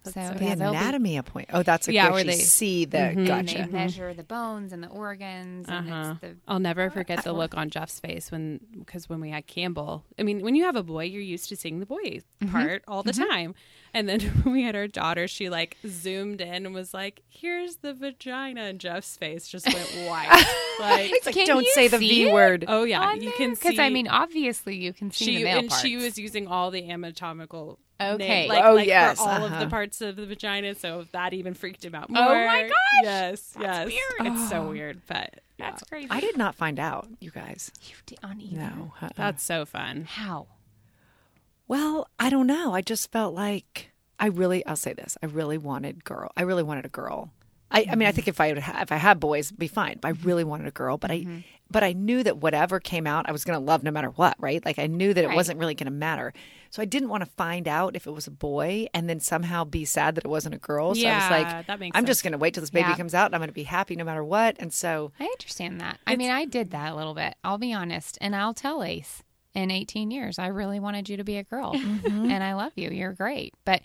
So
The
Oh, yeah, they'll be-
anatomy appointment. Oh, that's a
Yeah,
yeah,
where
where
they-
see the
and Mm-hmm. they
gotcha.
measure the bones and the organs, and
Uh-huh.
it's the
I'll never forget the look on Jeff's face when, because when we had Campbell, I mean, when you have a boy, you're used to seeing the boy
Mm-hmm.
part all the time. And then when we had our daughter, she like zoomed in and was like, here's the vagina. And Jeff's face just went white. like,
It's like,
Can
don't
you
say the
see
V
it?
word.
oh yeah,
on
you
there?
can see.
I mean, obviously you can see the
she
male
and she
parts.
was using all the anatomical
Okay.
name, like,
Oh,
like
yes,
for all of
uh-huh.
the parts of the vagina so that even freaked him out more.
Oh, my gosh!
yes yes
weird. Oh.
it's so weird but yeah.
That's crazy.
I did not find out, you guys.
you did on either.
No. uh-uh.
that's so fun
How?
Well, I don't know. I just felt like I really I'll say this. I really wanted girl. I really wanted a girl. I, I
Mm-hmm.
mean, I think if I would ha- if I had boys, it'd be fine. But I really wanted a girl. But
Mm-hmm.
I but I knew that whatever came out, I was going to love no matter what, right? Like I knew that it
Right.
wasn't really going to matter. So I didn't want to find out if it was a boy and then somehow be sad that it wasn't a girl. So I was
Yeah,
like,
that makes
I'm
sense.
just going to wait till this baby
Yeah.
comes out and I'm going to be happy no matter what. And so
I understand that. I mean, I did that a little bit. I'll be honest, and I'll tell Ace in 18 years, I really wanted you to be a girl,
Mm-hmm.
and I love you. You're great, but.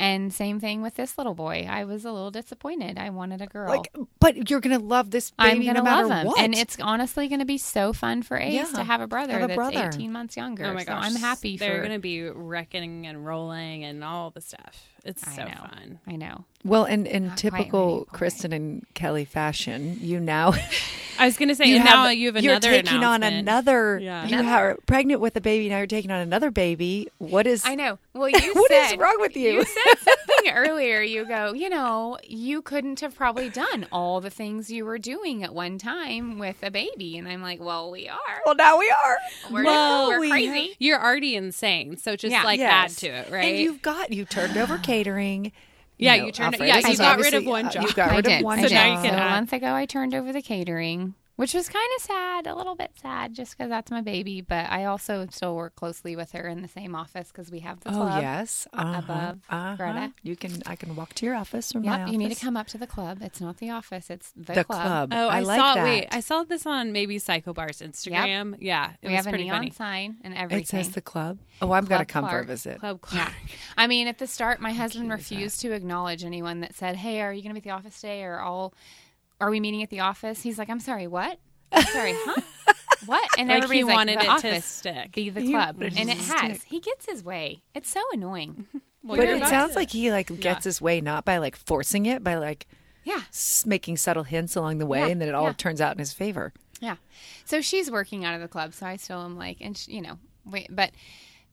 And same thing with this little boy. I was a little disappointed. I wanted a girl.
like, but you're going to love this
I'm
baby
gonna
no matter
love him,
what.
and it's honestly gonna be so fun for Ace
Yeah.
to have a brother
Have a
that's
brother.
18 months younger.
oh my
So
gosh
I'm happy for.
they're gonna be wrecking and rolling and all the stuff it's
I
so
know.
fun
I know.
Well, and in
quite ready
typical
for it.
Kristen and Kelly fashion, you now
I was gonna say
you
and
have-
now you have
you're
another
taking on
announcement.
another.
Yeah.
You are pregnant with a baby. Now you're taking on another baby. What is?
I know. Well, you
What is
said
wrong with you?
You said something earlier. You go, you know, you couldn't have probably done all the things you were doing at one time with a baby, and I'm like, well, we are.
Well, now we are.
We're,
Well,
we're
we
crazy.
you're already insane so just
Yeah.
like
Yes.
add to it right
And you've got you turned over catering.
Yeah, you turned- yeah,
Alfredo's
you got
obviously-
rid of one
uh,
job.
You got
I
rid
did.
of one
I
So
did.
now you
job.
can
So a
add.
month ago, I turned over the catering, which was kind of sad, a little bit sad, just because that's my baby. But I also still work closely with her in the same office because we have the
Oh
club.
yes, uh-huh.
above
uh-huh.
Greta.
You can. I can walk to your office from my
Yep,
office.
you need to come up to the club. It's not the office; it's the,
The club.
Oh, I,
like
saw.
that.
Wait, I saw this on maybe Psycho Bar's Instagram. Yeah, it
We
was
have a
pretty
neon
funny.
sign and
It
everything.
says the club. Oh, I'm gonna
Club
come for a
Clark.
visit.
Club
Yeah.
Clark.
I mean, at the start, my husband refused to acknowledge anyone that said, Hey, are you going to be at the office today? Or all, are we meeting at the office? He's like, I'm sorry, what? I'm sorry, huh? What? And
Like, he
everybody's
wanted
the
it to
office,
stick.
Be the
He
club.
wanted
And
it
it
to
has. He gets his way. It's so annoying.
Well,
but
you're
it
about
sounds
to-
like he like gets his way not by like forcing it, by like
Yeah.
s- making subtle hints along the way,
Yeah,
and then it all
yeah.
turns out in his favor.
Yeah. So she's working out of the club. So I still am like, and she, you know, wait, but,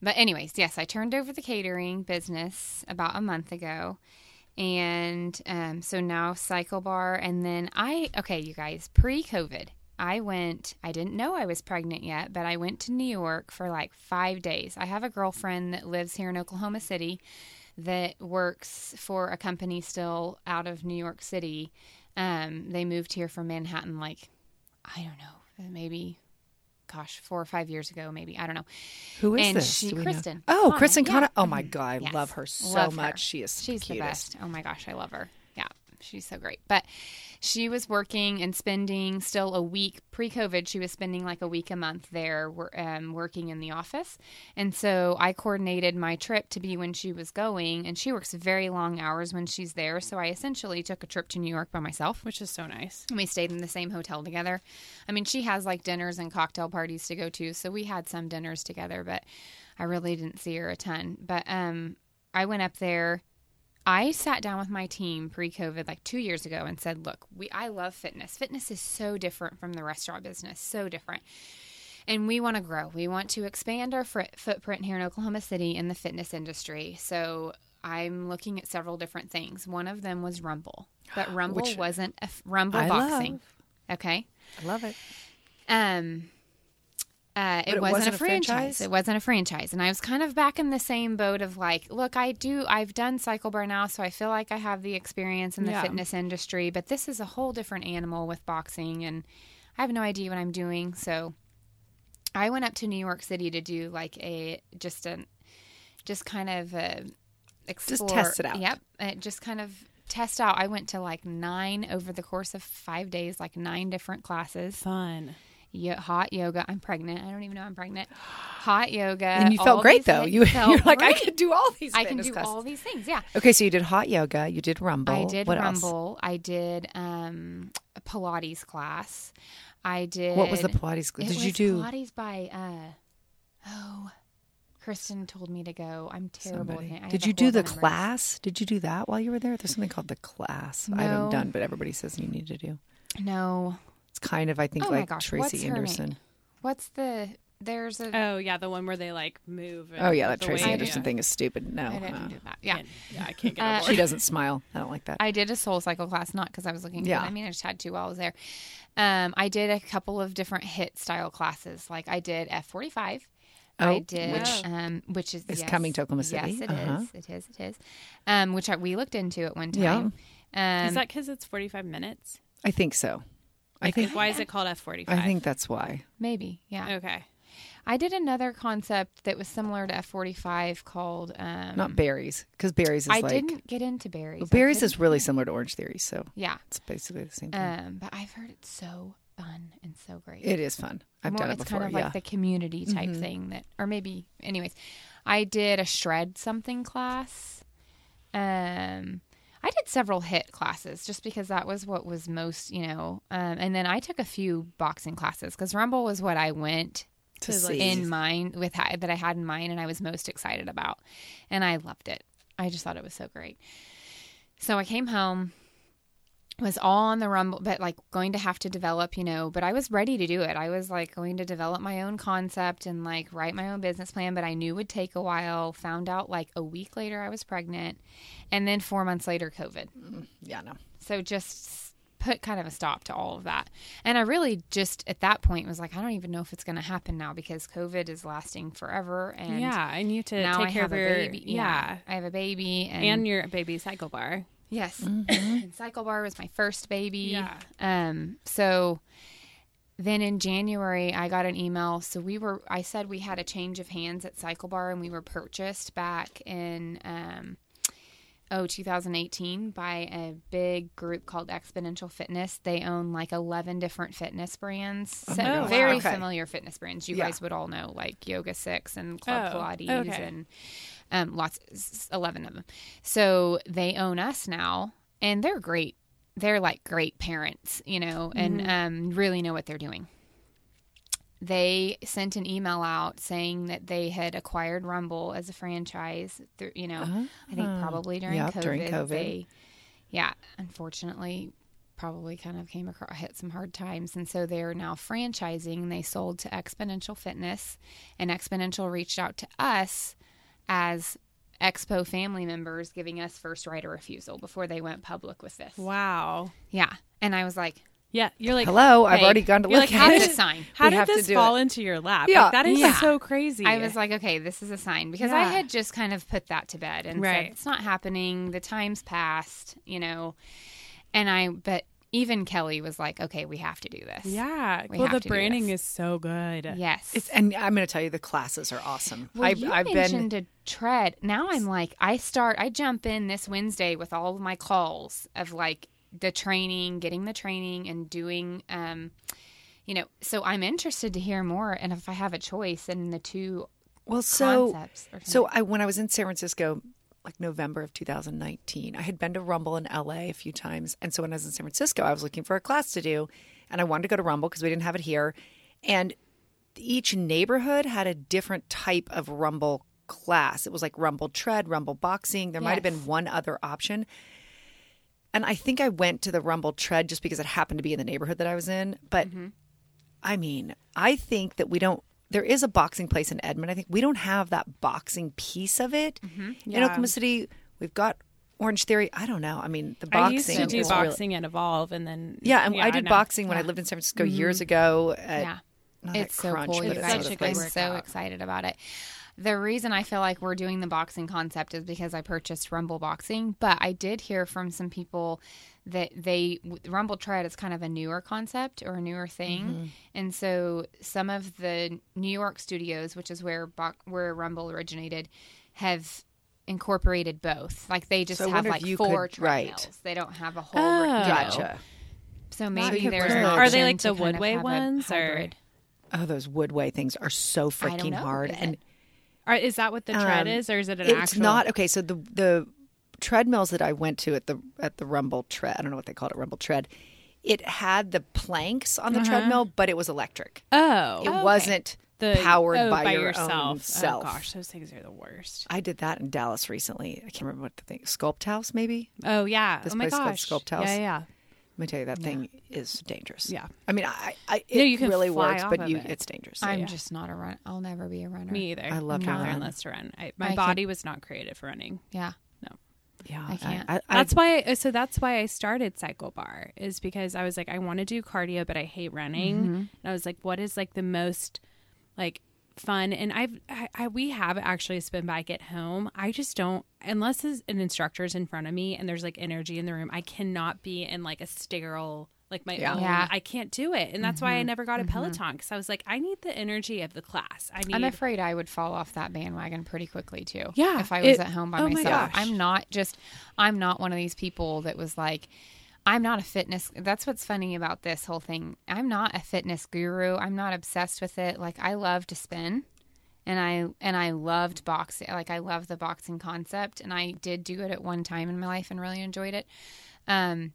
but anyways, yes, I turned over the catering business about a month ago. And um, so now Cycle Bar. And then I, okay, you guys, pre COVID, I went, I didn't know I was pregnant yet, but I went to New York for like five days. I have a girlfriend that lives here in Oklahoma City that works for a company still out of New York City. Um, they moved here from Manhattan like I don't know, maybe, gosh, four or five years ago, maybe. I don't know.
Who is
And
this?
she-
Do we know?
Kristen
Oh,
Connor,
Kristen
yeah.
Connor. Oh my god, I
Yes.
love her so
Love her.
much. She is
She's
the
the
cutest.
best. Oh my gosh, I love her. Yeah, she's so great. But she was working and spending still a week pre-COVID. She was spending like a week a month there, wor- um, working in the office. And so I coordinated my trip to be when she was going, and she works very long hours when she's there. So I essentially took a trip to New York by myself.
which is so nice.
And we stayed in the same hotel together. I mean, she has like dinners and cocktail parties to go to, so we had some dinners together, but I really didn't see her a ton. But um I went up there. I sat down with my team pre-COVID like 2 years ago and said, "Look, we I love fitness. Fitness is so different from the restaurant business, so different and we want to grow. We want to expand our fri footprint here in Oklahoma City in the fitness industry. So I'm looking at several different things. One of them was Rumble, but Rumble
Which
wasn't a f- Rumble
I
boxing.
love.
Okay.
I love it.
Um, uh, it,
it
wasn't,
wasn't
a
a
franchise.
franchise?
It wasn't a franchise, and I was kind of back in the same boat of like, look, I do, I've done cycle bar now, so I feel like I have the experience in the
Yeah.
fitness industry, but this is a whole different animal with boxing, and I have no idea what I'm doing. So, I went up to New York City to do like a just an just kind of uh, explore.
test it out.
Yep, uh, just kind of test out. I went to like nine over the course of five days, like nine different classes
Fun.
yo- hot yoga. I'm pregnant. I don't even know I'm pregnant. Hot yoga.
and you felt
Uh, all
great
these
though.
things.
You,
Felt
you're like, I
great.
can do all these.
I can
fitness
do
classes."
all these things. Yeah.
Okay, so you did hot yoga, you did rumble.
I did
what else?
rumble. I did um, a Pilates class. I did.
What was the Pilates?
It
Did you
was
do?
Pilates by? Uh, oh, Kristen told me to go. I'm terrible.
somebody-
With na- I
Did
have
you
a
do the
horrible memory.
class? Did you do that while you were there? There's something called the class. I
No.
haven't done, but everybody says you need to do.
No.
It's kind of, I think,
Oh my
like
gosh, what's
Tracy
her name?
Anderson.
What's the? There's a.
Oh yeah, the one where they like move. and
Oh yeah, that
the
Tracy
way-
Anderson thing is stupid. No,
I didn't
uh,
do that. Yeah.
Yeah, yeah I can't get
Uh,
over
she doesn't smile. I don't like that.
I did a soul cycle class, not because I was looking.
Yeah.
Yeah. I mean, I just had to while I was there. Um, I did a couple of different hit style classes. Like I did F forty five. I
Oh,
did,
which
um, which is
is
yes.
coming to Oklahoma City.
Yes, it is.
Uh-huh.
It is. It is. Um, which I, we looked into at one
Yeah.
time. Um,
Is that because it's 45 minutes?
I think so. I
Like,
think.
why is it called F45?
I think that's why.
maybe? Yeah.
Okay.
I did another concept that was similar to F forty five called. Um,
Not berries, because berries is
I
like
didn't get into berries. I
berries
couldn't-
is really similar to Orange Theory, so
yeah.
it's basically the same thing.
Um, but I've heard it's so fun and so great.
it is fun. I've
More-
done it
it's
before.
kind of
yeah, Mm-hmm.
like the community type thing that, or maybe, anyways, I did a shred something class. Um, I did several hit classes just because that was what was most, you know. Um, and then I took a few boxing classes because Rumble was what I went
to see.
in mind with ha- that I had in mind and I was most excited about, and I loved it. I just thought it was so great. So I came home, was all on the rumble, but like going to have to develop, you know. But I was ready to do it. I was like going to develop my own concept and like write my own business plan, but I knew would take a while. Found out like a week later I was pregnant, and then four months later COVID.
yeah, no.
So just s- put kind of a stop to all of that. And I really just at that point was like, I don't even know if it's going to happen now because COVID is lasting forever. And
yeah, I need to
now
take
I
care
have
of your
a baby.
Yeah.
I have a baby, and,
and your baby cycle bar.
yes,
Mm-hmm.
and Cycle Bar was my first baby.
Yeah.
Um. So then in January, I got an email. So we were. I said we had a change of hands at Cycle Bar, and we were purchased back in. Um, oh 2018 by a big group called exponential fitness they own like 11 different fitness brands so
Oh my gosh.
very
Okay.
familiar fitness brands you
Yeah.
guys would all know like yoga 6 and club
Oh,
pilates
okay.
and um, lots s- 11 of them so they own us now and they're great they're like great parents you know and
Mm-hmm.
um, really know what they're doing they sent an email out saying that they had acquired Rumble as a franchise. Through, you know, I think probably during
Yep,
COVID.
Ah. during COVID.
They, yeah, unfortunately, probably kind of came across hit some hard times, and so they are now franchising. They sold to Exponential Fitness, and Exponential reached out to us as Expo family members, giving us first right of refusal before they went public with this.
Wow.
Yeah, and I was like,
Yeah. You're like,
Hello, I've
Hey,
already gone to
you're
look
like,
at
how
how
it.
did
did,
a sign?
how
We
did
have to
this
do
fall
it.
into your lap?
Yeah.
Like, that is
Yeah.
so crazy.
I was like, okay, this is a sign because I
Yeah.
had just kind of put that to bed and
Right.
said it's not happening. The time's passed, you know. And I, but even Kelly was like, okay, we have to do this.
yeah.
We
well,
have
the
to do
branding
this.
is so good.
Yes.
It's, and I'm going to tell you, the classes are awesome.
well,
I've,
you
I've been
mentioned a tread. Now I'm like, I start, I jump in this Wednesday with all of my calls of like the training, getting the training, and doing. um you know, so I'm interested to hear more, and if I have a choice in the two
well. So,
concepts. Or
so I when I was in San Francisco, like November of 2019, I had been to Rumble in LA a few times, and so when I was in San Francisco, I was looking for a class to do, and I wanted to go to Rumble because we didn't have it here, and each neighborhood had a different type of Rumble class. It was like Rumble Tread, Rumble Boxing. There might have been
Yes.
one other option. And I think I went to the Rumble Tread just because it happened to be in the neighborhood that I was in. But I mean, I think that we don't. There is a boxing place in Edmond. I think we don't have that boxing piece of it in Oklahoma City. We've got Orange Theory. I don't know. I mean, the
I
boxing.
used to do
is really-
boxing and evolve, and then
yeah, and I did
know.
boxing when I lived in San Francisco years ago. At,
yeah.
not
it's
at
so
Crunch,
cool.
but
You
it's
guys
sort of
should
like-
I'm so excited about it. The reason I feel like we're doing the boxing concept is because I purchased Rumble Boxing, but I did hear from some people that they Rumble Tread is kind of a newer concept or a newer thing,
Mm-hmm.
and so some of the New York studios, which is where Bo- where Rumble originated, have incorporated both. Like they just
So I
have
wonder if
like
you
four
could- right.
treadmills. They don't have a whole. you know,
Gotcha.
So maybe
you
there's
could.
an
Are
option
they like
to
the
kind of
Woodway
have a
ones, or-
hybrid.
Oh, those woodway things are so
I
freaking
don't know,
hard.
is
And
it?
Are, is that what the tread
Um,
is, or is it an
it's
actual?
not okay. So the the treadmills that I went to at the at the Rumble Tread, I don't know what they called it, Rumble Tread. It had the planks on the treadmill, but it was electric.
Uh-huh. Oh,
It wasn't
the
powered
oh,
by, your
yourself.
own self.
Oh gosh, those things are the worst.
I did that in Dallas recently. I can't remember what the thing. Sculpt House, maybe.
Oh yeah.
This
oh my
place called
gosh.
Sculpt House.
Yeah, yeah.
Let me tell you, that thing is dangerous.
Yeah.
I mean, I, I it
No, you can
really
fly
works,
off
but
of
you,
it.
it's dangerous.
I'm just not a run. I'll never be a runner.
Me either.
I love
I'm
to
not
run.
unless to run. I, my
I
body was not created for running.
Yeah.
No.
yeah,
I can't.
I, I,
That's why. uh, So that's why I started Cycle Bar is because I was like, I want to do cardio, but I hate running.
Mm-hmm.
And I was like, what is like the most like fun? And I've I, I we have actually a spin bike at home. I just don't unless there's an instructor's in front of me and there's like energy in the room. I cannot be in like a sterile like my own.
Yeah.
I can't do it, and that's
Mm-hmm.
why I never got a Peloton because I was like, I need the energy of the class. I need.
I'm afraid I would fall off that bandwagon pretty quickly too.
Yeah,
If I was
it-
at home by
oh my gosh.
myself. I'm not just I'm not one of these people that was like I'm not a fitness that's what's funny about this whole thing. I'm not a fitness guru. I'm not obsessed with it. Like I love to spin and I and I loved boxing. Like I love the boxing concept and I did do it at one time in my life and really enjoyed it. Um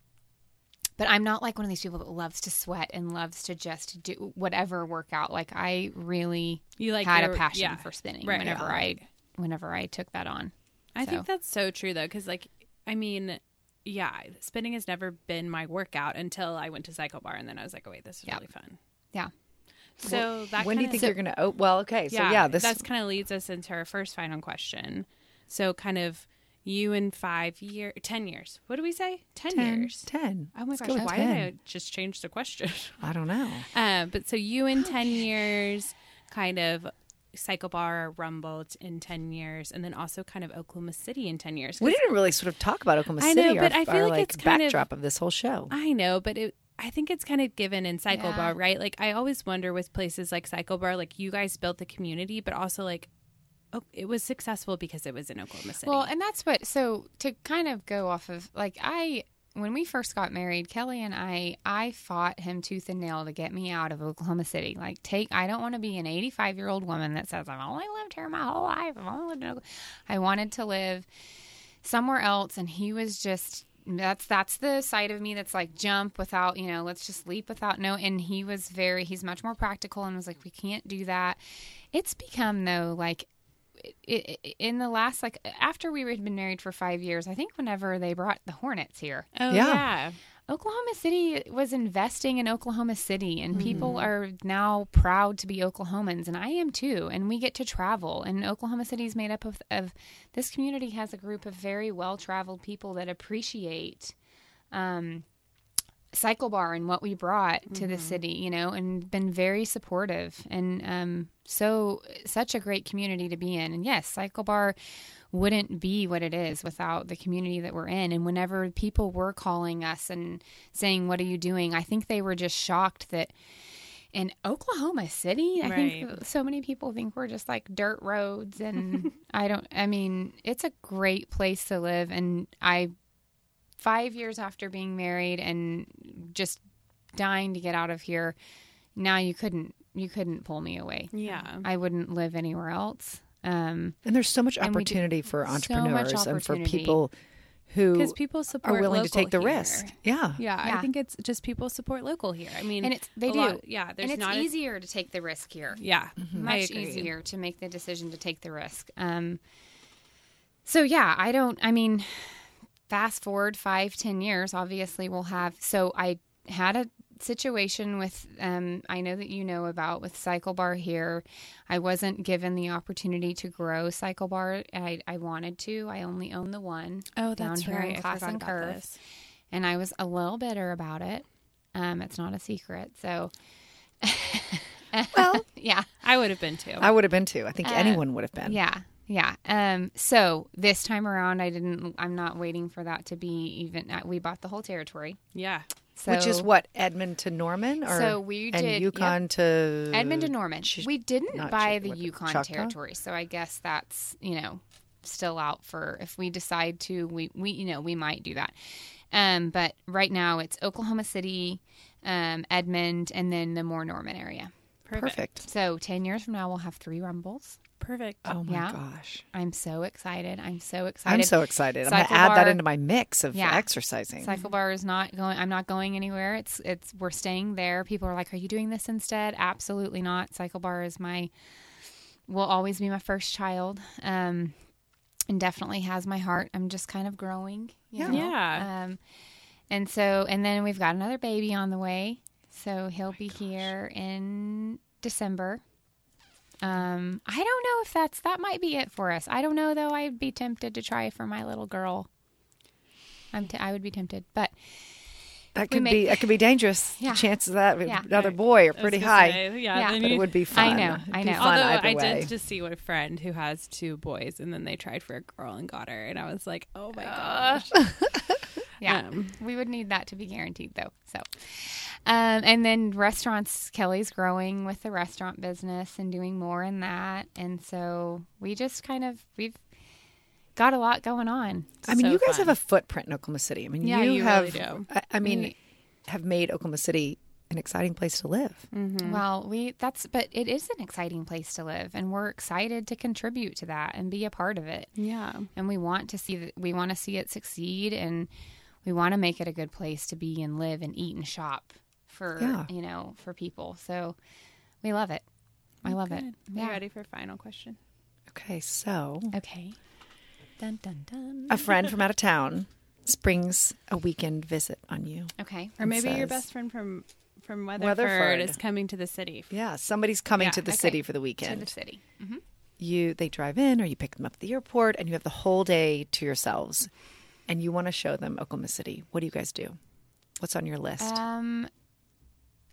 but I'm not like one of these people that loves to sweat and loves to just do whatever workout. Like I really
You like
had
your-
a passion
yeah.
for spinning
Right.
whenever
Yeah.
I whenever I took that on.
I
So.
think that's so true though, because like, I mean, yeah, spinning has never been my workout until I went to Cycle Bar, and then I was like, oh wait, this is really fun.
Yeah.
So that
when do you
kinda-
think you're going to? Oh, well, okay. So yeah, this
that's kind of leads us into our first final question. So kind of you in five year, ten years. What do we say? Ten, years.
ten.
Oh my
Let's go
gosh!
with
Why
10.
did I just change the question?
I don't know.
Uh, but so you in 10 years, kind of Cycle Bar, Rumble t- in 10 years, and then also kind of Oklahoma City in 10 years. 'Cause
We didn't really sort of talk about Oklahoma
I
City.
know, but
our,
I feel
our,
like it's kind of-
backdrop of, this whole show.
I know, but it. I think it's kind of given in Cycle
Yeah.
Bar, right? Like I always wonder with places like Cycle Bar, like you guys built the community, but also like oh, it was successful because it was in Oklahoma City.
Well, and that's what so to kind of go off of like I when we first got married, Kelly and I I fought him tooth and nail to get me out of Oklahoma City. Like take I don't want to be an 85-year-old woman that says I've only lived here my whole life. I've only lived in Oklahoma. I wanted to live somewhere else and he was just that's that's the side of me that's like jump without you know let's just leap without no and he was very he's much more practical and was like we can't do that it's become though like i- i- in the last like after we had been married for five years i think whenever they brought the hornets here
oh
Yeah.
Oklahoma City was investing in Oklahoma City, and people are now proud to be Oklahomans, and I am too. And we get to travel, and Oklahoma City is made up of, of this community has a group of very well traveled people that appreciate um, Cycle Bar and what we brought to the city, you know, and been very supportive and um, so such a great community to be in. And yes, Cycle Bar wouldn't be what it is without the community that we're in. And whenever people were calling us and saying, "What are you doing?" I think they were just shocked that. In Oklahoma City, I think
Right.
so many people think we're just like dirt roads, and I don't. I mean, it's a great place to live, and I five years after being married and just dying to get out of here now you couldn't you couldn't pull me away
Yeah.
i wouldn't live anywhere else um
And there's so much
And we do
opportunity for
so much
entrepreneurs and for
opportunity.
people who
Because people support
are willing to
local
take the
here.
risk. Yeah.
Yeah, I
Yeah.
think it's just people support local here. I mean,
and it's they
a
do
lot- yeah, there's
and it's
not a-
easier to take the risk here
yeah, Mm-hmm.
Mm-hmm.
I
much
agree.
easier to make the decision to take the risk um so yeah i don't i mean fast forward five ten years obviously we'll have so i had a situation with um, i know that you know about with cycle bar here i wasn't given the opportunity to grow cycle bar i, I wanted to i only own the one
Oh,
down
that's
here
right.
in
I
class
forgot
and
about
curve
this.
and i was a little bitter about it um, it's not a secret so well yeah
I would have been too.
I would have been too. I think anyone would have been.
Uh, Yeah. Yeah. Um, so this time around, I didn't, I'm not waiting for that to be even, uh, we bought the whole territory.
yeah,
So,
Which is what Edmond to Norman, or
So we
and
did-
Yukon to
Edmund and Norman. we didn't
not
buy
Chip-
the
what,
Yukon
Choctaw?
territory. So I guess that's, you know, still out for if we decide to, we, we, you know, we might do that. Um, but right now it's Oklahoma City, um, Edmond, and then the more Norman area.
Perfect.
So 10 years from now, we'll have three rumbles.
Perfect.
Oh my
Yeah.
gosh.
I'm so excited. I'm so excited.
I'm so excited. I'm going to
Cycle
add that
bar-
into my mix of
Yeah.
exercising.
Cycle bar is not going. I'm not going anywhere. It's it's we're staying there. People are like, "Are you doing this instead?" Absolutely not. Cycle bar is my will always be my first child, um, and definitely has my heart. I'm just kind of growing. you
Yeah.
know?
Yeah.
Um, and so and then we've got another baby on the way, so he'll be here in December. Um, I don't know if that's that might be it for us. I don't know though. I'd be tempted to try for my little girl. I'm t- I would be tempted, but
that
we
could
may-
be that could be dangerous.
Yeah.
The chances of that with
Yeah.
another boy are
I was
pretty
gonna
high.
say, yeah.
Yeah.
then
But it
you-
would be fun.
I know, I
It'd be
know.
fun
Although
either
I
way.
did just see a friend who has two boys, and then they tried for a girl and got her, and I was like, "Oh my gosh!"
yeah,
Um,
we would need that to be guaranteed though. So, um, and then restaurants, Kelly's growing with the restaurant business and doing more in that, and so we just kind of we've got a lot going on.
I mean,
so
you guys
fun.
have a footprint in Oklahoma City. I mean,
Yeah,
you,
you
have.
really do.
I, I mean,
We-
have made Oklahoma City an exciting place to live.
Mm. Well, we that's but it is an exciting place to live, and we're excited to contribute to that and be a part of it.
yeah.
and we want to see that we want to see it succeed and we want to make it a good place to be and live and eat and shop for
Yeah.
you know for people so we love it i love it
You
yeah
ready for final question?
Okay, so
okay dun dun dun
a friend from out of town springs a weekend visit on you.
okay
Or maybe your
says-
best friend from from Weatherford,
Weatherford.
is coming to the city.
Yeah, somebody's coming
Yeah,
to the
okay.
city for the
to
weekend.
the city
you they drive in or you pick them up at the airport and you have the whole day to yourselves and you want to show them Oklahoma City. What do you guys do? What's on your list?
Um,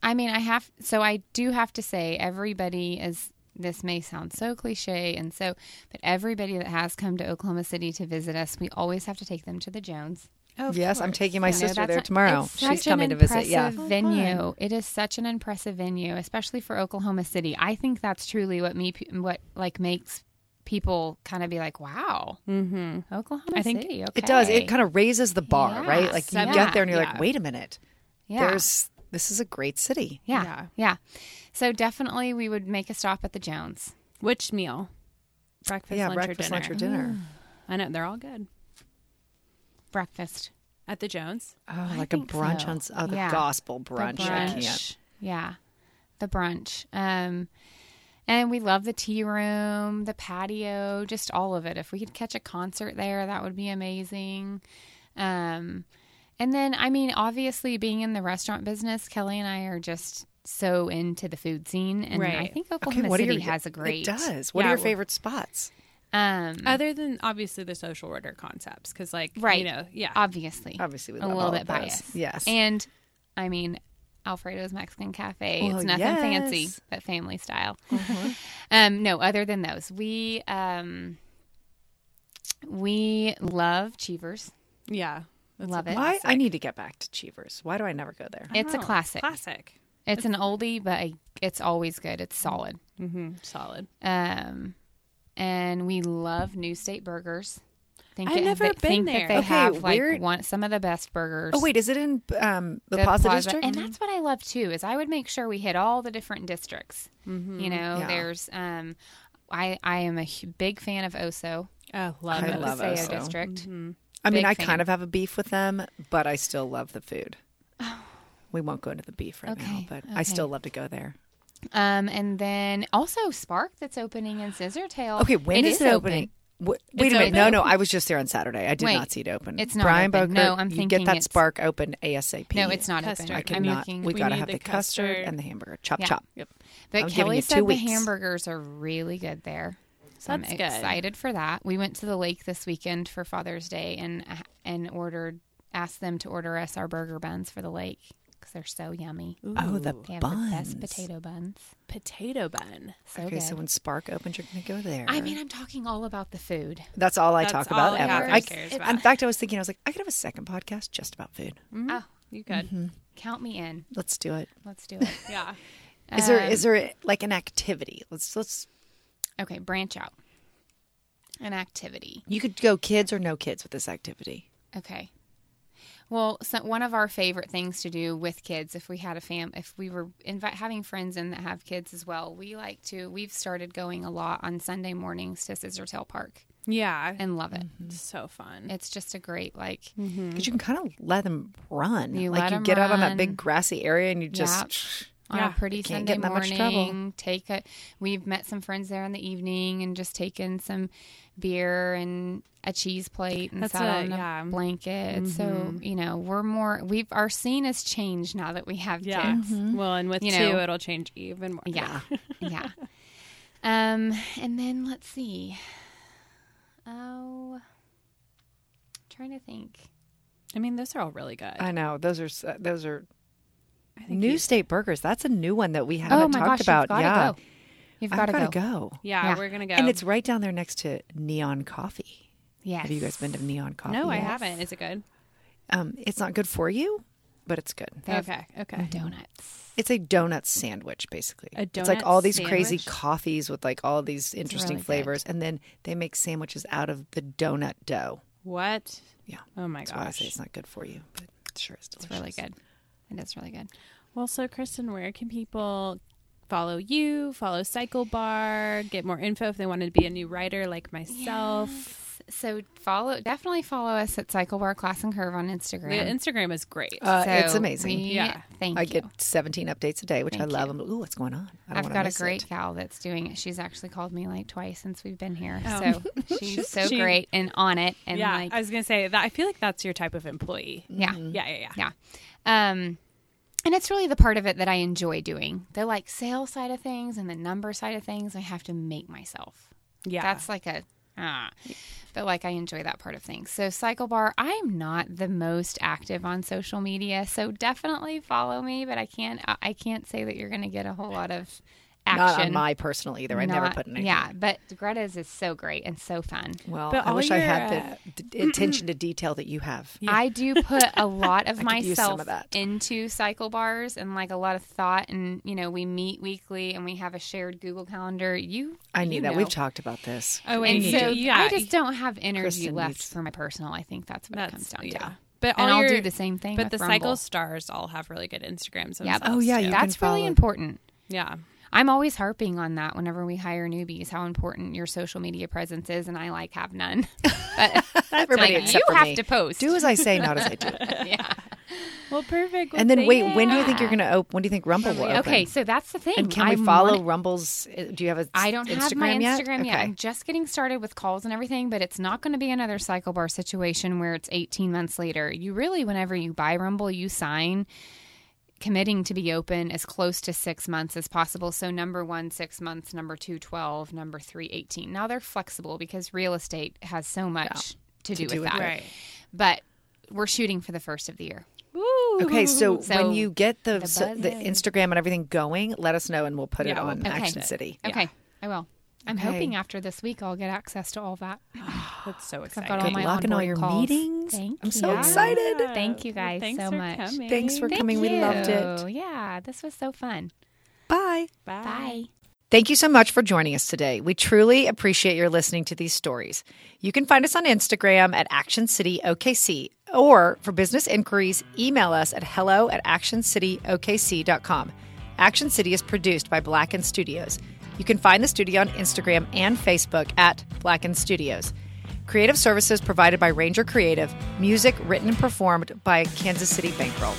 I mean, I have so I do have to say everybody is. This may sound so cliche and so, but everybody that has come to Oklahoma City to visit us, we always have to take them to the Jones.
Oh,
yes, I'm taking my
You know,
sister
that's
there
a-
tomorrow.
it's
She's
such an
coming to visit. Yeah.
impressive venue. It is such an impressive venue, especially for Oklahoma City. I think that's truly what me what like makes people kind of be like, "Wow, mm-hmm. Oklahoma
I think
City." Okay.
It does. It kind of raises the bar,
Yeah.
right? Like you
Yeah.
get there and you're like,
Yeah.
"Wait a minute.
yeah.
There's this is a great city."
yeah,
Yeah.
yeah, So definitely, we would make a stop at the Jones.
Which meal? Breakfast,
yeah,
lunch,
breakfast,
or dinner.
lunch, or dinner.
Mm.
I know they're all good
breakfast.
at the Jones.
Oh,
I
like a
think
brunch
so.
on s- oh, the
Yeah.
gospel brunch.
The
I can't.
brunch. Yeah. The brunch. Um and we love the tea room, the patio, just all of it. If we could catch a concert there, that would be amazing. Um and then I mean, obviously being in the restaurant business, Kelly and I are just so into the food scene and I
Right.
think Oklahoma
what are
Oh, City
your-
has a great
It does. What
Yeah,
are your
well-
favorite spots?
um
Other than obviously the social order concepts, because like
Right.
you know, yeah,
obviously.
Obviously, we
a
love
little
all
bit
of those.
biased.
Yes.
And I mean, Alfredo's Mexican Cafe.
Well,
it's nothing fancy,
yes. Mm-hmm.
but family style. um, no, other than those, we um, we love Cheevers.
yeah, that's
Love
a
it.
Why? I
classic.
need to get back to Cheevers. Why do I never go there?
I
It's a
know.
classic.
Classic.
It's an oldie, but I, it's always good. It's solid.
Mm-hmm. Solid.
Um, and we love New State Burgers. Think
I've
it-
never
they-
been
think
there.
That they
Okay,
have like
where-
one, some of the best burgers.
Oh wait, is it in um, the,
the
Plaza,
plaza.
District?
And that's what I love too is I would make sure we hit all the different districts. You know,
Mm-hmm. Yeah.
there's um, I I am a hu- big fan of Oso,
Oh, love
I
the
it.
love
Paseo
Oso. Mm-hmm.
district.
I mean,
big
I
fan.
kind of have a beef with them, but I still love the food. We won't go into the beef right now,
Oh. Okay,
but I
okay.
still love to go there.
Um, and then also Spark that's opening in Scissortail.
Okay, when is it opening? Wh- Wait
It's
a minute. No,
open.
no, I was just there on Saturday. I did
Wait,
not see it open.
it's not
Brian Boker,
open. No, I'm
you
thinking
get that
it's-
spark open ASAP.
No, it's not
Custard.
open.
I
I'm
cannot.
looking.
We,
We
gotta
need
have the,
the
custard,
custard.
and the hamburger. Chop
Yeah.
chop.
Yep.
But
I'm giving
Kelly
you
said
two
the
weeks.
hamburgers are really good there. So
That's
I'm
good.
excited for that. We went to the lake this weekend for Father's Day and uh, and ordered asked them to order us our burger buns for the lake because they're so yummy.
Oh, the
They have the
buns.
best potato buns.
Potato bun.
So
okay,
good.
so when Spark opens, you're gonna go there.
I mean, I'm talking all about the food.
that's all I
That's
talk
all
about
Kara
ever. I,
cares
In
about.
fact, I was thinking, I was like, I could have a second podcast just about food.
Oh,
You good?
Mm-hmm.
count me in.
Let's do it.
Let's do it.
Yeah.
Is there is
Um,
there like an activity? Let's let's
okay, branch out. An activity.
you could go kids or no kids with this activity.
Okay. Well, so one of our favorite things to do with kids, if we had a fam, if we were invite having friends in that have kids as well, we like to. We've started going a lot on Sunday mornings to Scissortail Park
Yeah.
and love it.
Mm-hmm.
it's so fun.
It's just a great like.
Because you can kind of let them run.
Hmm. You
like
let
you
'em
get out on that
run.
big grassy area and you just.
on
Yeah,
a pretty
can't
Sunday
get in that much
morning.
trouble.
Take a. We've met some friends there in the evening and just taken some beer and a cheese plate and
That's
sat
a-
on a
yeah.
blanket. So
Mm-hmm.
you know we're more. We've our scene has changed now that we have
yeah.
kids.
Mm-hmm.
Well, and with
You
two,
know.
it'll change even more.
Yeah, yeah. Um, and then let's see. Oh, trying to think.
I mean, those are all really good.
I know those are s- uh, those are
I think
new
you-
state burgers. That's a new one that we haven't
Oh my
talked
gosh,
about.
you've got to
yeah,
go. You've
I've
got to go.
go.
Yeah,
Yeah.
we're gonna go.
And it's right down there next to Neon Coffee.
Yes.
Have you guys been to Neon Coffee?
no, I
yet?
haven't. Is it good?
Um, it's not good for you, but it's good.
They have Mm-hmm.
okay. Okay.
Donuts.
It's a donut sandwich, basically.
A
it's like
donut
all these crazy
sandwich?
coffees with like all these interesting
really good.
flavors, and then they make sandwiches out of the donut dough.
What?
Yeah,
Oh my
that's why I say
gosh.
it's not good for you, but it sure is delicious.
It's really good. It is really good.
Well, so Kristen, where can people follow you? Follow Cycle Bar. Get more info if they want to be a new writer like myself.
So follow, definitely follow us at Cycle Bar Class and Curve on
The
Instagram.
Instagram is great.
Uh, it's
So
amazing.
we-
Yeah.
thank
I
you.
get 17 updates a day, which I
Thank
love.
you.
I'm like, ooh, what's going on? I don't
I've
wanna
got a
miss
great
it.
gal that's doing it. She's actually called me like twice since we've been here.
Oh.
So she's so
She-
great and on it. And
yeah,
like, Mm-hmm.
I was gonna say that. I feel like that's your type of employee.
yeah,
Mm.
Yeah, yeah, yeah.
yeah. Um, and it's really the part of it that I enjoy doing. The like sales side of things and the number side of things, I have to make myself.
Yeah.
That's like a, ah. but like I enjoy that part of things. So Cycle Bar, I'm not the most active on social media, so definitely follow me. But I can't, uh, I- I can't say that you're going to get a whole lot of action.
Not on my personal either. I never
Not-
put anything.
Yeah, but Greta's is so great and so fun.
Well,
But
I
all
wish I had
your,
the d-
uh,
attention to detail that you have.
I do put a lot of
could use some
myself
of that.
into cycle bars and like a lot of thought. And you know, we meet weekly and we have a shared Google Calendar. You,
I
you
need that.
know.
We've talked about this.
Oh,
And
and
so
so yeah,
I just don't have energy
Kristen
left
needs-
for my personal. I think that's what it comes
that's
down
yeah.
to.
But
and
all
I'll
your,
do the same thing.
But
with
the
Rumble.
cycle stars all have really good Instagrams.
Yep. Oh,
themselves,
Oh, yeah,
too.
you
that's
can
really
follow.
important.
yeah.
I'm always harping on that whenever we hire newbies, how important your social media presence is, and I like have none. But
Everybody
like,
except
you
for
have
me.
to post.
Do as I say, not as I do.
yeah.
Well, perfect. Well,
and then
thank
wait,
you.
when do you think you're going to open? When do you think Rumble will open?
Okay, so that's the thing.
And can we
I
follow
wanna-
Rumble's? uh, Do you have a?
I don't
Instagram
have my
yet?
Instagram yet.
Okay.
I'm just getting started with calls and everything, but it's not going to be another cycle bar situation where it's 18 months later. You really, whenever you buy Rumble, you sign committing to be open as close to six months as possible. So, number one, six months, number two, 12, number three, 18. Now they're flexible because real estate has so much to, do,
do
with
with
that.
it.
Right.
But we're shooting for the first of the year.
Woo.
Okay, so,
So
when you get the
the
so- the,
buzz is-
Instagram and everything going, let us know and we'll put it
Yeah, we'll
on
post
Action
it.
City.
Okay, I will. I'm
Okay.
hoping after this week I'll get access to all that.
That's so
I've
exciting.
got all
Good
my
luck in all
onboarding
your
calls.
meetings.
Thank
I'm so
you.
excited.
Yeah.
Thank you
Well,
guys
thanks
so
for
much.
coming.
Thanks for
Thank
coming. We loved
you.
it.
Yeah, this was so fun.
Bye.
Bye.
Bye.
Thank you so much for joining us today. We truly appreciate your listening to these stories. You can find us on Instagram at Action City OKC or for business inquiries, email us at hello at actioncityokc.com. Action City is produced by Blacken Studios. You can find the studio on Instagram and Facebook at Blacken Studios. Creative services provided by Ranger Creative, music written and performed by Kansas City Bankroll.